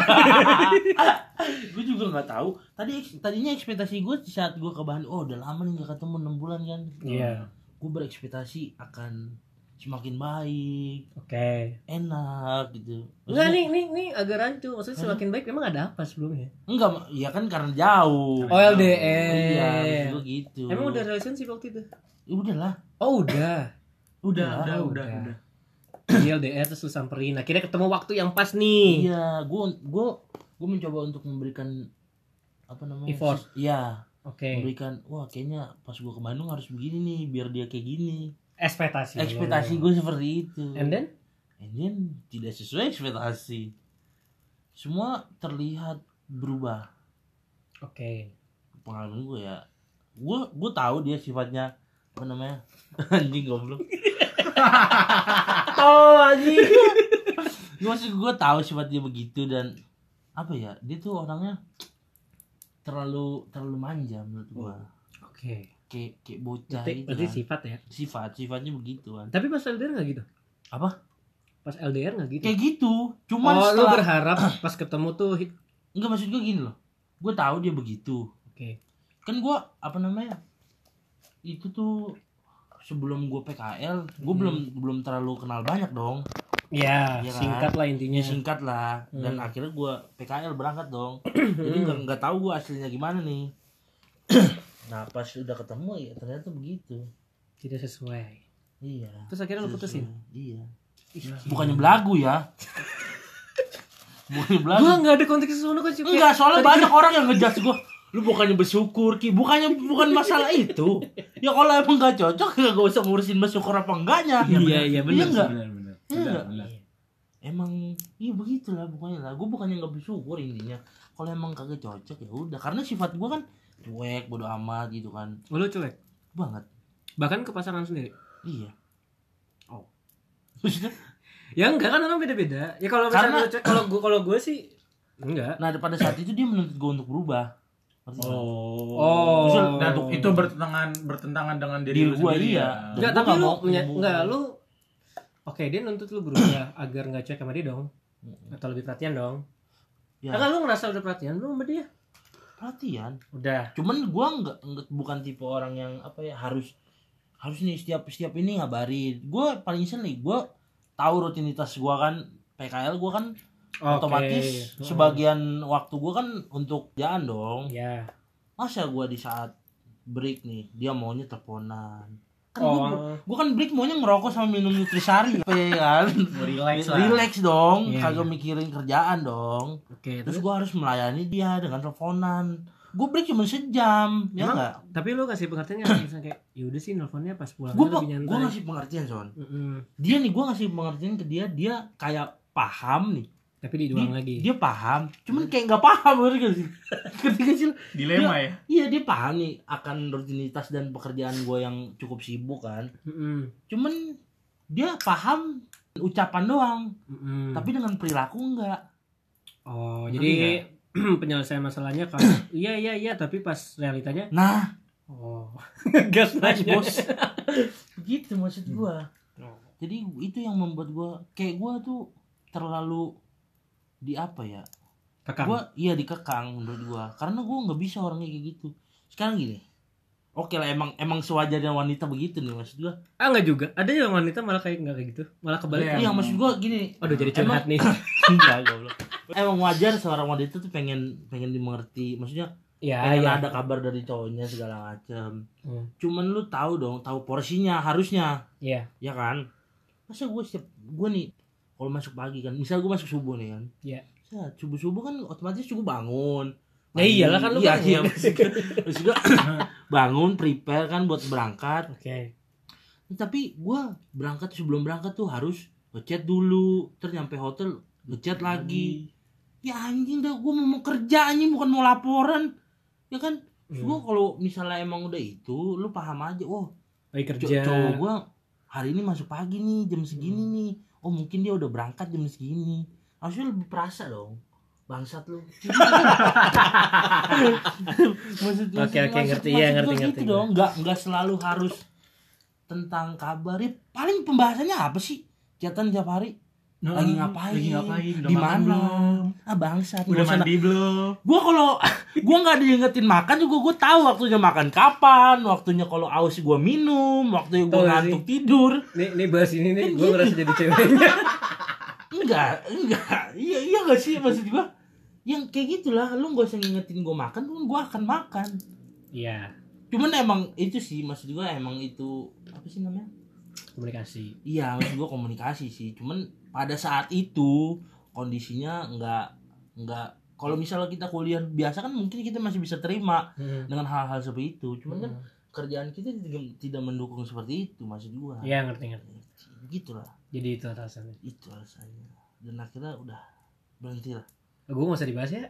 gue juga nggak tahu. Tadi eks- tadinya ekspektasi gue saat gue ke Bandung, oh udah lama nih gak ketemu 6 bulan kan. Iya. Gue berekspektasi akan semakin baik, Oke. enak gitu. Enggak Maksudnya- nih, nih, nih agak rancu. Maksudnya semakin baik memang ada apa sebelumnya? Enggak, ya kan karena jauh. Oh iya, maksud LDR. gua gitu. Emang udah relationship waktu itu? Ya udahlah. Iya, Oh udah. Ah, Udah, Udah, udah, udah, udah. udah. Jadi LDR terus lu samperin. Akhirnya ketemu waktu yang pas nih. Iya, gua gua gua mencoba untuk memberikan apa namanya? Effort. sis- Iya, Oke. memberikan wah kayaknya pas gua ke Bandung harus begini nih biar dia kayak gini. Ekspektasi. Ekspektasi lu. gua seperti itu. And then? And then, tidak sesuai ekspektasi. Semua terlihat berubah. Oke. pengalaman gue ya gue gue tahu dia sifatnya apa namanya <laughs> <laughs> anjing goblok oh anjing gue sih gue tahu sifat dia begitu dan apa ya dia tuh orangnya terlalu terlalu manja menurut gue Oke. kayak kayak bocah Oh. Berarti, gitu berarti kan. sifat ya. sifat sifatnya kan. begituan Tapi pas LDR nggak gitu? Apa? Pas LDR nggak gitu? kayak gitu Oh, cuman lu setelah berharap pas ketemu tuh hi- enggak maksud gue gini loh gue tahu dia begitu Oke. kan gue apa namanya itu tuh sebelum gue PKL gue Hmm. belum belum terlalu kenal banyak dong Ya, Iya kan? singkat lah intinya. ya singkat lah dan Hmm. akhirnya gue PKL berangkat <clears throat> dong jadi nggak nggak tahu gue aslinya gimana nih <clears throat> nah pas udah ketemu ya ternyata begitu Tidak sesuai. iya Terus akhirnya lu putusin. Sesuai. iya bukannya belagu <laughs> ya bukannya belagu Gua nggak ada konteks sono kok Cip. Enggak, soalnya Tadi banyak orang yang ngejudge gue Lu bukannya bersyukur, Ki Bukannya bukan masalah itu Ya kalau emang gak cocok, ya gak usah ngurusin bersyukur apa enggaknya Iya iya benar enggak? benar benar. Iya Benar, enggak? benar. Emang, iya begitulah pokoknya lah Gue bukannya gak bersyukur intinya Kalau emang kagak cocok ya udah Karena sifat gue kan cuek, bodo amat gitu kan Oh, lu cuek. Banget, Bahkan ke pasangan sendiri. iya Oh <laughs> Maksudnya, Ya enggak kan orang beda-beda. Ya kalau Karena- misalnya lu cuek, kalau gua kalau gua sih enggak. nah pada saat itu dia menuntut gue untuk berubah Ngerti nggak? Oh. Justru- nah, tuh, itu bertentangan bertentangan dengan diri Diri lu gua, sendiri iya. ya. Enggak, gua tapi nggak lu mau punya- ngomong. enggak lu Oke, dia nuntut lu berubah <coughs> agar nggak cuek sama dia dong. Atau lebih perhatian dong. Ya. kan? Karena lu ngerasa udah perhatian lu sama dia. Perhatian Udah. cuman gua nggak nggak- bukan tipe orang yang apa ya harus harus nih setiap setiap ini ngabarin gua paling sering nih gua tahu rutinitas gua kan PKL gua kan Oke. otomatis Oh. sebagian waktu gua kan untuk jalan dong Ya. masa gua di saat break nih dia maunya teleponan kan gua, Oh, gua kan break maunya ngerokok sama minum <laughs> nutrisari apa ya kan Relax lah. relax dong Iya, kagak mikirin kerjaan dong oke. terus Terus gua harus melayani dia dengan teleponan gua break cuma sejam ya Emang nggak tapi lu kasih pengertian nggak? misalnya kayak yaudah sih nelponnya pas pulang gue aja lebih nyantai. ngasih pengertian son Mm-mm. dia nih gue ngasih pengertian ke dia dia kayak paham nih Tapi diulang lagi. dia paham cuman kayak nggak paham ngerti gak <laughs> sih ngerti gak sih lu? Dilema ya. iya dia paham nih akan rutinitas dan pekerjaan gue yang cukup sibuk kan Mm-mm. cuman dia paham ucapan doang Mm-mm. tapi dengan perilaku enggak oh, Ngerti jadi <clears throat> penyelesaian masalahnya kan <clears throat> iya iya iya tapi pas realitanya nah oh <laughs> gas <laughs> nice naik bos begitu maksud gue Oh. jadi itu yang membuat gue kayak gue tuh terlalu di apa ya Kakak. gua iya dikekang menurut gua karena gua nggak bisa orangnya kayak gitu sekarang gini oke lah emang emang sewajarnya wanita begitu nih maksud gua Ah enggak juga. Ada yang wanita malah kayak enggak kayak gitu. Malah kebalik. Iya. iya maksud gua gini Aduh jadi curhat <clears throat> nih. enggak iya, goblok <laughs> emang wajar seorang wanita tuh pengen pengen dimengerti maksudnya Ya, pengen ya. ada kabar dari cowoknya segala macem Hmm. cuman lu tahu dong tahu porsinya harusnya Iya. ya kan masa gua setiap gua nih kalau masuk pagi kan misal gua masuk subuh nih kan Iya. subuh subuh kan otomatis cukup bangun Ya iyalah kan lu iya, bangun. iya, <laughs> maksud gua- maksud gua <coughs> bangun prepare kan buat berangkat Oke. tapi gua berangkat sebelum berangkat tuh harus ngechat dulu terus nyampe hotel ngechat lagi ya anjing dah gua mau, mau kerja anjing bukan mau laporan ya kan Terus Iya. Hmm. gua kalau misalnya emang udah itu lu paham aja oh Lagi co- kerja. cowok gua hari ini masuk pagi nih jam segini nih oh mungkin dia udah berangkat jam segini harusnya lebih perasa dong bangsat <laughs> lu maksud Oke, oke, maksud ngerti, iya, gua ngerti, gitu ngerti. dong nggak nggak selalu harus tentang kabar ya, paling pembahasannya apa sih Kegiatan tiap hari Lagi ngapain? Lagi ngapain? Udah Di makan mana? belum? ah bangsat Udah nggak usah- mandi belum? gua kalau <laughs> gua nggak diingetin makan juga gua tahu waktunya makan kapan waktunya kalau aus gua minum waktunya Tahu gua gak ngantuk tidur Nih, nih bahas ini nih, gue ngerasa jadi <laughs> ceweknya. enggak enggak iya iya gak sih maksud gua yang kayak gitulah lu nggak usah ngingetin gua makan pun gua akan makan Iya, cuman emang itu sih maksud gua emang itu apa sih namanya komunikasi. iya maksud gua komunikasi sih cuman pada saat itu kondisinya nggak nggak kalau misalnya kita kuliah biasa kan mungkin kita masih bisa terima Hmm. dengan hal-hal seperti itu cuman kan kerjaan kita tidak, tidak mendukung seperti itu maksud gua Iya, ngerti ngerti. gitulah Jadi itu alasannya. itu alasannya dan akhirnya udah berhenti lah Gue gak usah dibahas ya.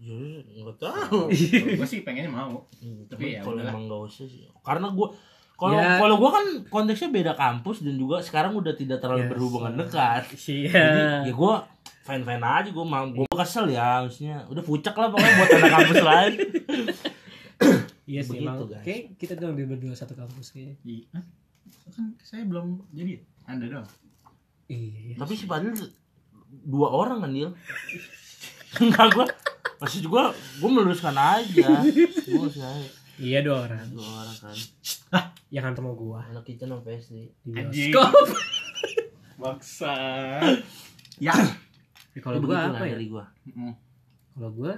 ya nggak tahu <laughs> Gue Oh, iya. sih pengennya mau. Hmm, tapi Tapi ya kalau udahlah. emang nggak usah sih karena gua Kalau Ya. kalau gua kan konteksnya beda kampus dan juga sekarang udah tidak terlalu Yes. berhubungan dekat. Jadi Iya. ya gua fan fan aja gua mau gua kesel ya harusnya udah pucak lah pokoknya buat anak kampus lain. Iya sih begitu, emang. guys. Oke, kita doang di berdua satu kampus kayaknya. Iya. Hah? Kan saya belum jadi. ya? Anda dong. Iya. Tapi si Fadil dua orang kan dia. Enggak gua masih gua gua meluruskan aja. Gua meluruskan aja. Iya dua orang. Dua orang kan. Yang hantar mau kan, gua Anak kitchen sama PSD. di Anjing. bioskop. Maksa. <coughs> ya. Ya, <laughs> kalau gua apa ya? dari gua? Mm. Kalau gua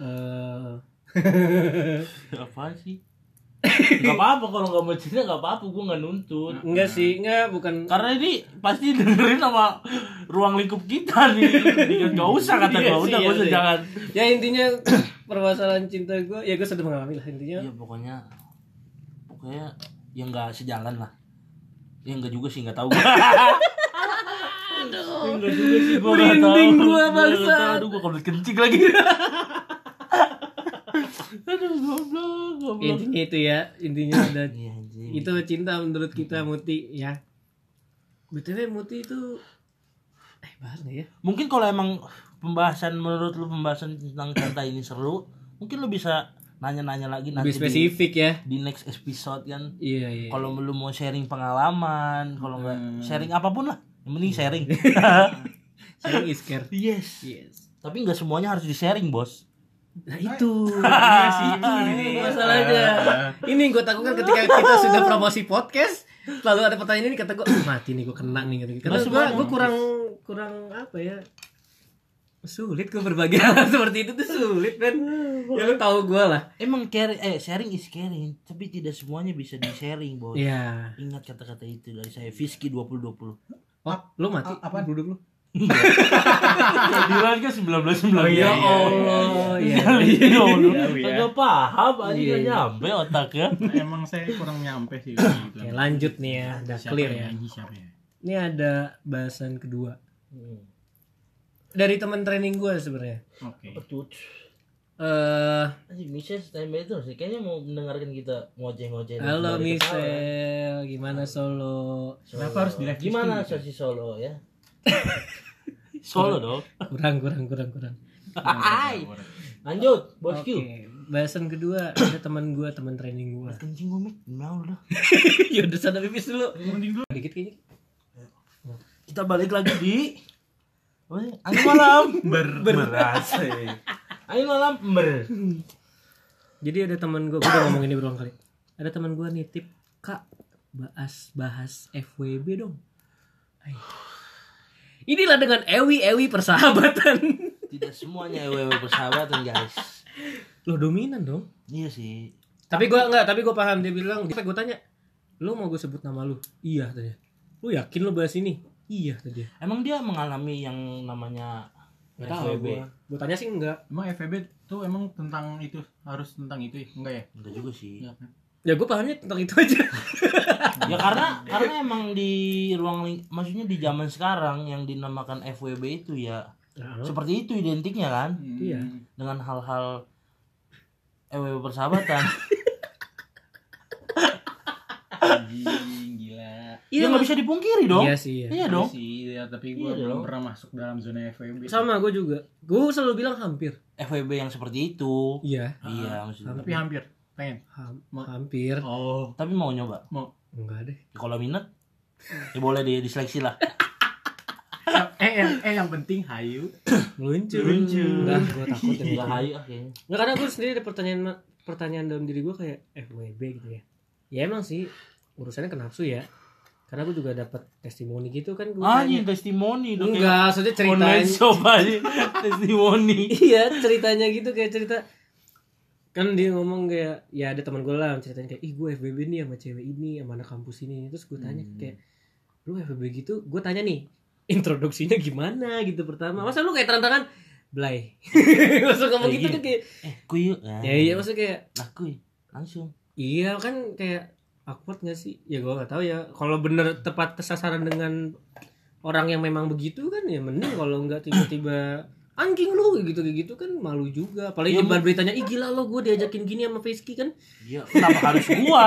eh Apaan sih? Gak apa-apa kalau nggak mau cerita nggak apa-apa gua nggak nuntut. <laughs> enggak sih, enggak bukan Karena ini pasti dengerin sama ruang lingkup kita nih. Gak usah kata Iya gua, sih, udah iya gak usah sih. jangan. ya intinya <clears throat> permasalahan cinta gue ya gue sudah mengalami lah intinya Iya pokoknya pokoknya yang nggak sejalan lah. Ya enggak juga sih nggak tahu gua. Aduh. Enggak juga sih gua nggak tahu. Iya, Merinding gua, Nggak tahu. bangsat. Aduh gua kebelet kencing lagi. Aduh goblok, goblok. intinya itu ya intinya ada Iya <coughs> anjing. itu cinta menurut kita muti ya btw muti itu eh bahas nggak ya mungkin kalau emang pembahasan menurut lu pembahasan tentang cinta ini seru mungkin lu bisa nanya-nanya lagi nanti lebih spesifik ya Di, di next episode kan iya iya kalau lu mau sharing pengalaman kalau nggak sharing apapun lah yang penting <laughs> sharing sharing is care <laughs> yes yes tapi nggak semuanya harus di sharing bos nah <laughs> itu Iya sih. masalahnya <laughs> ini yang gue takutkan ketika kita sudah promosi podcast lalu ada pertanyaan ini kata gue mati nih gue kena nih gitu karena Nggak gue semuanya. gue kurang kurang apa ya sulit gue berbagi hal <laughs> seperti itu tuh sulit kan ya lu tahu gue lah emang care eh sharing is caring tapi tidak semuanya bisa di sharing bos ya ingat kata-kata itu dari saya Fiski 2020 oh lu mati A- apaan? duduk lu Dilan kan 19 Oh, iya, ya iya, allah ya Iya, iya. Kagak paham aja Iya, nggak iya. nyampe ya. otaknya. Emang saya kurang nyampe sih kalau gitu. Oke, lanjut nih ya udah Siapa clear yang ya nyanyi, siapa ya? ini ada bahasan kedua Hmm. dari teman training gue sebenarnya Oke. Pecut. eh Si Michelle standby terus sih kayaknya mau mendengarkan kita ngoceh-ngoceh. dan halo dari ketawa. Michelle gimana Solo Solo. Kenapa harus di live Gimana stream gitu? sesi solo ya? <laughs> solo dong. kurang kurang kurang kurang Hai. Lanjut, Oke, bosku. bahasan <coughs> kedua ada teman gua, teman training gua. Kencing gue mik, mau udah. <laughs> ya udah sana pipis dulu. Mending dulu. Dikit kayaknya. Kita balik lagi di apa sih? <laughs> Angin malam. Ber. Berasa. <laughs> Angin malam ber. Jadi ada teman gua, gua udah ngomong ini berulang kali. Ada teman gua nitip, "Kak, bahas bahas FWB dong." Ay. Inilah dengan ewi-ewi persahabatan. <laughs> Tidak semuanya ewe persahabatan, guys. Lo dominan dong. Iya sih. Tapi gua enggak, tapi gua paham dia bilang, dia gua tanya, "Lo mau gua sebut nama lu?" Iya tadi. Lu yakin lu bahas ini? Iya tadi. Emang dia mengalami yang namanya Gak tahu FWB? gua. Gua tanya sih enggak. Emang FEB tuh emang tentang itu harus tentang itu ya? Enggak ya? Enggak juga sih. Enggak. kan? Ya gua pahamnya tentang itu aja. Ya karena karena emang di ruang ling- maksudnya di zaman sekarang yang dinamakan FWB itu ya seperti itu identiknya kan Hmm. Iya. dengan hal-hal FWB persahabatan. <laughs> Anjing, gila. ya nggak bisa dipungkiri dong. Iya sih. Iya. Iya dong. sih ya, tapi gue Iya dong. belum pernah masuk dalam zona FEB. Iya, Sama gue juga. Gue selalu bilang hampir. FWB yang seperti itu. Iya. Iya maksudnya. Tapi hampir. Pengen. Ham- Ma- hampir. Oh. Tapi mau nyoba. Enggak deh. Kalau minat ya boleh di diseleksi <laughs> lah. eh, eh, eh, yang penting hayu. Meluncur. Meluncur. Enggak, gue takut ya. Enggak hayu ah kayaknya. Enggak karena gue sendiri ada pertanyaan ma- pertanyaan dalam diri gue kayak FWB gitu ya. Ya emang sih urusannya ke nafsu ya. Karena gue juga dapat testimoni gitu kan gue Anjing Ah, testimoni dong. Enggak, maksudnya Kayak Online ceritanya. shop aja <laughs> <laughs> testimoni. iya, ceritanya gitu kayak cerita kan dia ngomong kayak ya ada teman gue lah ceritanya kayak ih gue FBB nih sama cewek ini sama anak kampus ini terus gue tanya Hmm. kayak lu FBB gitu gue tanya nih introduksinya gimana gitu pertama masa lu kayak terang-terangan <laughs> belai langsung ngomong Kayak gitu gini. kan kayak Eh, kuy. Nah, ya iya maksudnya kayak Lah, kuy. Langsung. iya kan kayak awkward gak sih ya gue nggak tahu ya kalau bener tepat sasaran dengan orang yang memang begitu kan ya mending kalau nggak tiba-tiba <clears throat> anjing lu kayak gitu kayak gitu kan malu juga paling Iya, nyebar beritanya ih gila lo gue diajakin gini sama Feski kan Iya, kenapa harus gua?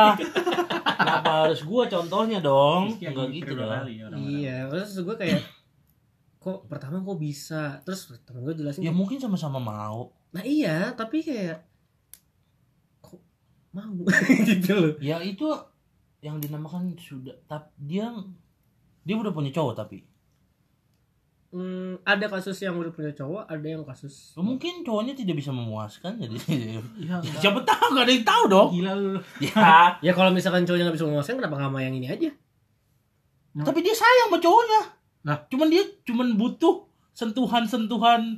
kenapa harus gua contohnya dong? Rizky yang Enggak mikir gitu dua dong. Oh, kali ya orang-orang. iya terus gue kayak kok pertama kok bisa terus temen gue jelasin Ya mungkin sama-sama mau. nah iya tapi kayak kok mau <laughs> gitu loh Ya itu yang dinamakan sudah tap dia dia udah punya cowok tapi Hmm, ada kasus yang udah punya cowok ada yang kasus mungkin cowoknya tidak bisa memuaskan jadi <laughs> Iya, Ya, enggak. siapa tahu gak ada yang tahu dong Gila lu. <laughs> ya ya kalau misalkan cowoknya nggak bisa ngomongin kenapa nggak sama yang ini aja tapi dia sayang sama cowoknya Lah. Nah. cuman dia cuman butuh <laughs> sentuhan-sentuhan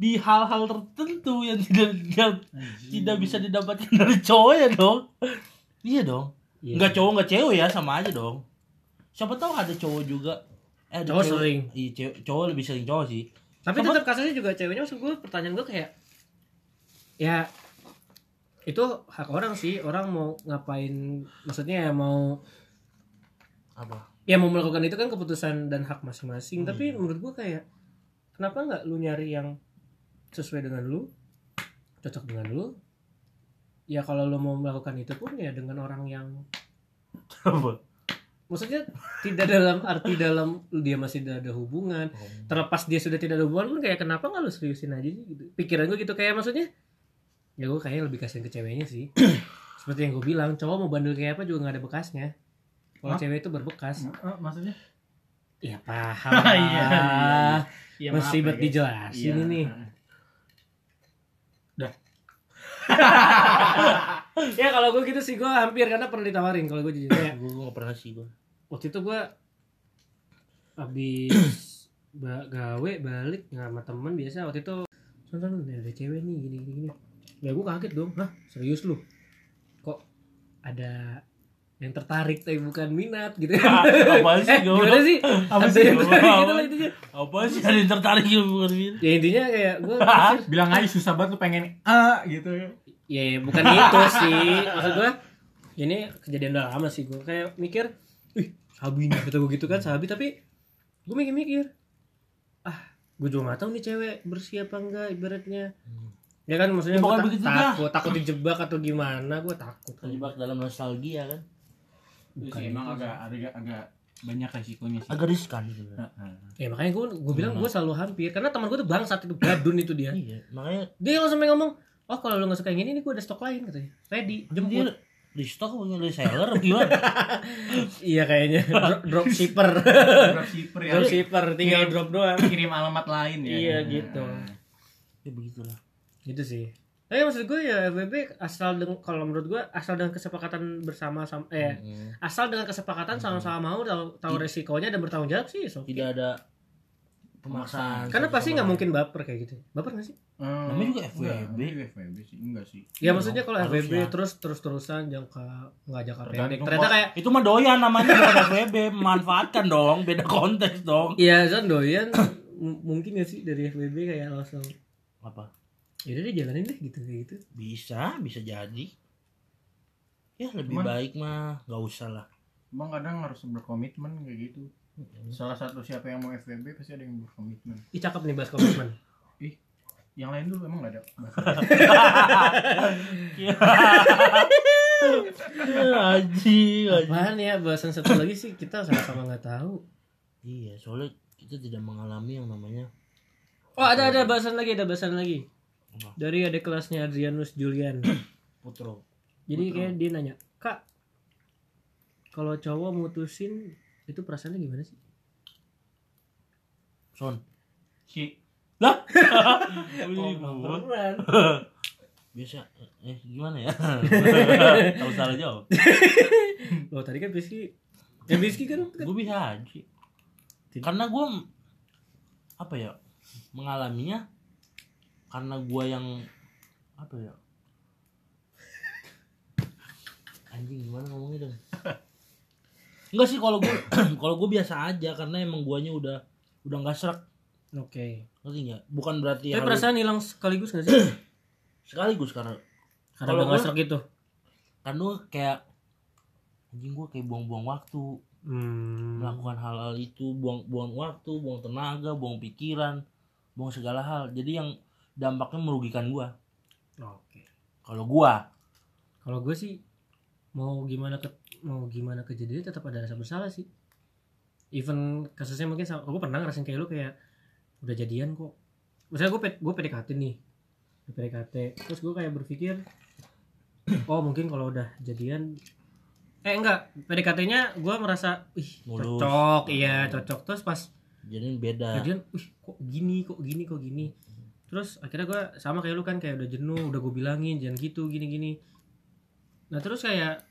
di hal-hal tertentu yang tidak tidak, tidak bisa didapatkan dari cowoknya dong iya dong Iya. nggak cowok nggak cewek ya sama aja dong siapa tahu ada cowok juga eh, ada Cowok cewek- sering. iya cewek- cowok lebih sering cowok sih tapi Sama- tetap kasusnya juga ceweknya maksud gue pertanyaan gue kayak ya itu hak orang sih orang mau ngapain maksudnya ya mau apa ya mau melakukan itu kan keputusan dan hak masing-masing Hmm. tapi menurut gue kayak kenapa nggak lu nyari yang sesuai dengan lu cocok dengan lu ya kalau lu mau melakukan itu pun ya dengan orang yang <laughs> apa maksudnya tidak dalam arti dalam dia masih tidak ada hubungan terlepas dia sudah tidak ada hubungan pun kayak kenapa nggak lu seriusin aja sih gitu pikiran gue gitu kayak maksudnya ya gue kayaknya lebih kasihan ke ceweknya <clears throat> sih seperti yang gue bilang cowok mau bandel kayak apa juga nggak ada bekasnya Hah? kalau cewek itu berbekas Ah, maksudnya? <laughs> ya paham Iya, iya, lah Iya, maaf masih ya, buat guys. dijelasin Iya. ini ya kalau gue gitu sih gue hampir karena pernah ditawarin kalau <clears throat> gue jujur kayak gue nggak pernah sih gue waktu itu gue habis <coughs> ba- gawe balik nggak sama temen biasa waktu itu Tonton ada cewek nih gini gini gini ya gue kaget dong hah serius lu kok ada yang tertarik tapi bukan minat gitu Ah, <laughs> apaan sih, <laughs> Eh, goblok? gimana <laughs> sih Apa Ada sih, yang tertarik goblok? gitu lah intinya. apa sih ada yang tertarik gitu bukan gitu ya intinya kayak <laughs> gue Bilang aja susah banget lu pengen ah gitu. ya ya, bukan gitu sih maksud gue ini kejadian udah lama sih gue kayak mikir ih sabi nih kata gue gitu kan sabi tapi gue mikir-mikir ah gue juga nggak tahu nih cewek bersih apa enggak ibaratnya ya kan maksudnya Ya, gue pokoknya tak- begitu dah. takut takut dijebak atau gimana gue takut terjebak dalam nostalgia kan Bukan Iya emang itu. agak agak agak banyak resikonya sih. agak riskan gitu kan. Heeh. ya makanya gue gue bilang gue selalu hampir karena teman gue tuh bangsat itu badun itu dia iya makanya dia langsung sampai ngomong oh kalau lu nggak suka yang ini nih gue ada stok lain katanya ready dia jemput di stok punya reseller apa gimana iya kayaknya Dro- dropshipper Dropshipper ya. dropshipper tinggal Iya. drop doang Kirim alamat lain ya. Iya, gitu. ya begitulah gitu sih tapi maksud gue ya FBB asal dengan kalau menurut gue asal dengan kesepakatan bersama sama Iya. eh Mm. asal dengan kesepakatan sama-sama mau tahu tahu Hmm. Iya. resikonya dan bertanggung jawab sih so. tidak ada pemaksaan karena satu pasti sama nggak lain. mungkin baper kayak gitu baper nggak sih Hmm. Namanya juga Enggak, FWB. namanya juga FWB sih, enggak sih. ya Iya, maksudnya kalau harusnya. FBB terus terus terusan jangka nggak jangka pendek Tergantung ternyata kok. kayak itu mah doyan namanya bukan FWB manfaatkan dong beda konteks dong Iya, Zon doyan M- mungkin gak sih dari FBB kayak langsung apa yaudah deh jalanin deh gitu kayak gitu bisa bisa jadi ya lebih Cuman- baik mah nggak usah <laughs> lah Emang kadang harus berkomitmen kayak gitu. Salah satu siapa yang mau FWB pasti ada yang berkomitmen. Ih cakep nih bahas komitmen Yang lain dulu emang enggak ada. Aji, aji. Apaan ya bahasan satu lagi sih kita sama-sama nggak tahu Iya, soalnya kita tidak mengalami yang namanya Oh ada ada bahasan lagi ada bahasan lagi Apa? dari ada kelasnya Adrianus <coughs> Julian. putro. Jadi kayak dia nanya kak kalau cowok mutusin itu perasaannya gimana sih? Son. <laughs> Si Lah. <laughs> baperan. Biasa Oh, eh gimana <laughs> ya? Tahu salah jawab. Loh tadi kan Biski ya Biski kan Gue bisa aja. Karena gue apa ya? Mengalaminya karena gue yang apa ya? Anjing gimana ngomongnya dong? Enggak sih kalau gue <clears throat> kalau gue biasa aja karena emang guanya udah udah nggak serak Oke. ngerti nggak? Bukan berarti Tapi harus- perasaan hilang sekaligus gak sih? <coughs> sekaligus karena Karena Kalau udah nggak gua- serak gitu. kan lu kayak anjing gue kayak buang-buang waktu Hmm. melakukan hal-hal itu buang-buang waktu buang tenaga buang pikiran bohong segala hal jadi yang dampaknya merugikan gua Oke. kalau gua Kalau gue sih mau gimana ke mau gimana kejadian tetap ada rasa bersalah sih. Even kasusnya mungkin sama, gue pernah ngerasain kayak lu kayak udah jadian kok. Misalnya gue gue PDKT nih. Udah PDKT. Terus gue kayak berpikir <clears throat> oh mungkin kalau udah jadian eh enggak PDKT-nya gue merasa ih Mulus. cocok iya cocok terus pas jadi beda Kemudian, wih Nah, kok gini, kok gini, kok gini. Terus akhirnya gue sama kayak lu kan kayak udah jenuh, udah gue bilangin jangan gitu, gini gini. Nah terus kayak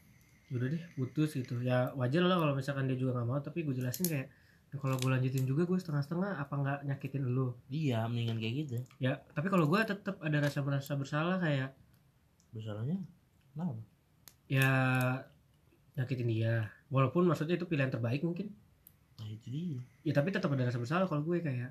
"Ya udah deh putus gitu. Ya wajar lah kalau misalkan dia juga nggak mau, tapi gue jelasin kayak "Ya, kalau gue lanjutin juga gue setengah-setengah apa nggak nyakitin lu iya mendingan kayak gitu ya tapi kalau gue tetap ada rasa merasa bersalah kayak bersalahnya kenapa ya nyakitin dia walaupun maksudnya itu pilihan terbaik mungkin nah itu dia ya tapi tetap ada rasa bersalah kalau gue kayak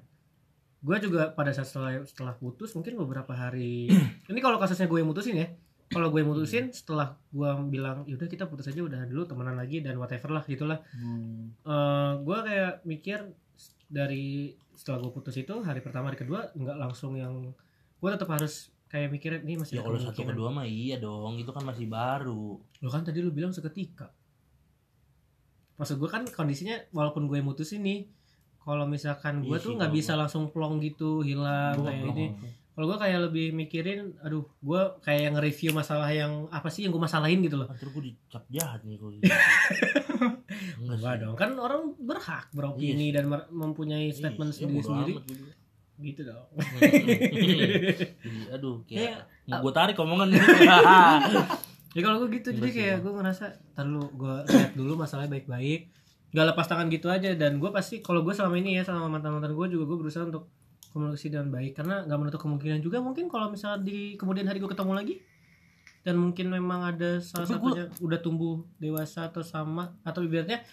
gue juga pada saat setelah, setelah putus mungkin beberapa hari <clears throat> ini kalau kasusnya gue yang mutusin ya kalau gue yang Hmm. mutusin setelah gue bilang yaudah kita putus aja udah dulu temenan lagi dan whatever lah gitulah Hmm. Eh gue kayak mikir dari setelah gue putus itu hari pertama hari kedua nggak langsung yang gue tetap harus kayak mikirin nih masih ya ada kalau satu kemungkinan." kedua mah iya dong itu kan masih baru Lo kan tadi lu bilang seketika. Maksud gue kan kondisinya walaupun gue mutus ini kalau misalkan Iya gue sih, tuh nggak kalau bisa gua- langsung plong gitu hilang Gua kayak plong. ini. Kalau gue kayak lebih mikirin, aduh, gue kayak nge-review masalah yang apa sih yang gue masalahin gitu loh. Ah, terus gue dicap jahat nih kalau gitu. Enggak Enggak dong, kan orang berhak beropini dan mer- mempunyai Iya, statement ya bodo sendiri-sendiri amat gua. gitu <laughs> dong. <laughs> Jadi, aduh kayak mau gue tarik omongan ini. <laughs> Ya kalau gue gitu jadi Iya sih, kayak Bang. gue ngerasa "Ntar dulu gue lihat dulu masalahnya baik-baik. Gak lepas tangan gitu aja dan gue pasti kalau gue selama ini ya sama mantan-mantan gue juga gue berusaha untuk komunikasi dengan baik karena gak menutup kemungkinan juga mungkin kalau misalnya di kemudian hari gue ketemu lagi dan mungkin memang ada salah Tapi satunya udah tumbuh dewasa atau sama atau ibaratnya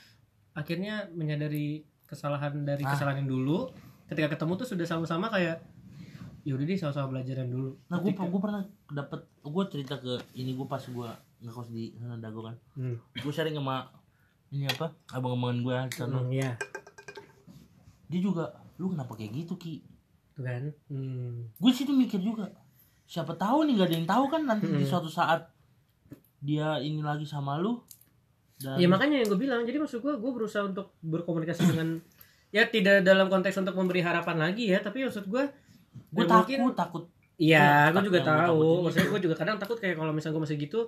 akhirnya menyadari kesalahan dari Ah. kesalahan yang dulu ketika ketemu tuh sudah sama-sama kayak yaudah deh sama-sama belajar yang dulu nah gue Ketika- gue pernah dapet gue cerita ke ini gue pas gue ngekos di sana dago kan hmm. gue sharing sama ini apa abang abangan gue di sana Hmm, ya dia juga lu kenapa kayak gitu ki tuh kan hmm. gue situ mikir juga siapa tahu nih gak ada yang tahu kan nanti di Hmm. suatu saat dia ini lagi sama lu dan Ya makanya yang gue bilang, jadi maksud gue, gue berusaha untuk berkomunikasi dengan ya tidak dalam konteks untuk memberi harapan lagi ya, tapi maksud gue, gue ya takut mungkin- takut Iya, Takut gue juga yang gua takutin tahu. itu. Maksudnya gue juga kadang takut kayak kalau misalnya gue masih gitu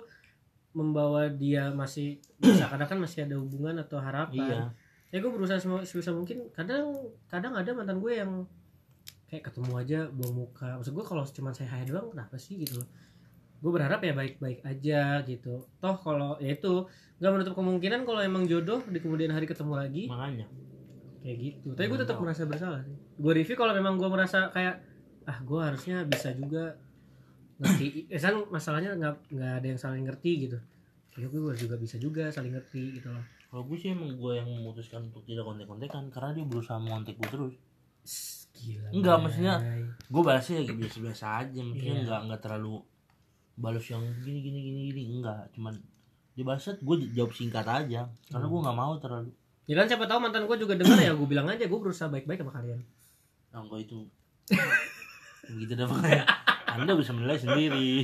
membawa dia masih seakan-akan masih ada hubungan atau iya harapan. Ya gue berusaha semu- sebisa mungkin. Kadang kadang ada mantan gue yang kayak ketemu aja buang muka. Maksud gue kalau cuma saya hai doang kenapa sih gitu loh. Gue berharap ya baik-baik aja gitu. Toh kalau ya itu nggak menutup kemungkinan kalau emang jodoh di kemudian hari ketemu lagi makanya kayak gitu tapi gue Nggak tetap tahu. merasa bersalah sih gue review kalau memang gue merasa kayak ah gue harusnya bisa juga <coughs> ngerti eh kan masalahnya nggak nggak ada yang saling ngerti gitu ya gue juga bisa juga saling ngerti gitu loh kalau gue sih emang gue yang memutuskan untuk tidak kontek-kontekan karena dia berusaha mengontek gue terus Sss, gila Nggak, Bay. maksudnya gue balasnya ya biasa-biasa aja maksudnya Iya. nggak nggak terlalu balas yang gini gini gini gini enggak cuman dia balasnya gue jawab singkat aja karena Hmm. gue nggak mau terlalu ya kan siapa tahu mantan gue juga dengar ya gue bilang aja gue berusaha baik-baik sama kalian angka "Ah, itu <laughs> begitu dah makanya anda bisa menilai sendiri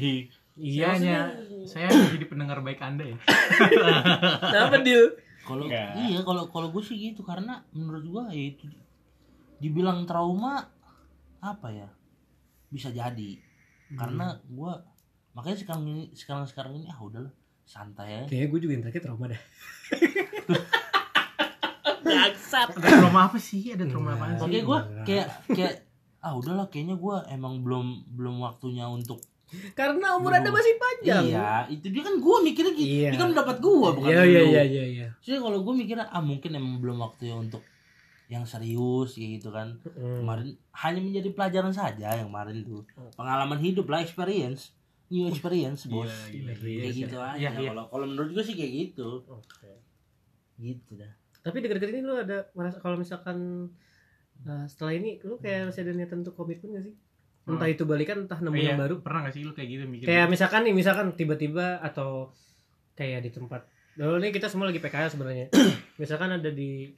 iya Saya, nya saya jadi pendengar baik Anda ya. apa deal kalau Enggak. iya kalau kalau gue sih gitu karena menurut gue ya itu dibilang trauma apa ya bisa jadi Hmm. karena gue makanya sekarang ini sekarang sekarang ini ah udahlah santai aja kayaknya gue juga yang terakhir trauma dah Ada trauma apa sih? Ada trauma apa sih? Enggak. Makanya gue Enggak. kayak kayak ah udahlah kayaknya gue emang belum belum waktunya untuk karena umur anda masih panjang iya itu dia kan gue mikirnya gitu Iya. dia kan dapat gue bukan iya lu. iya iya iya iya Jadi kalau gue mikirnya ah mungkin emang belum waktunya untuk yang serius kayak gitu kan Hmm. kemarin hanya menjadi pelajaran saja yang kemarin tuh pengalaman hidup lah experience new experience bos Iya, iya, kayak iya. gitu Iya, aja iya. kalau kalau menurut gue sih kayak gitu Oke. gitu dah Tapi deket-deket ini lu ada merasa kalau misalkan uh, setelah ini lu kayak masih ada niatan untuk komitmen gak sih? Hmm. Entah itu balikan entah nemu Iya, yang baru. Pernah gak sih lu kayak gitu mikir? Kayak misalkan nih misalkan tiba-tiba atau kayak di tempat dulu nih kita semua lagi PKL sebenarnya. <clears throat> misalkan ada di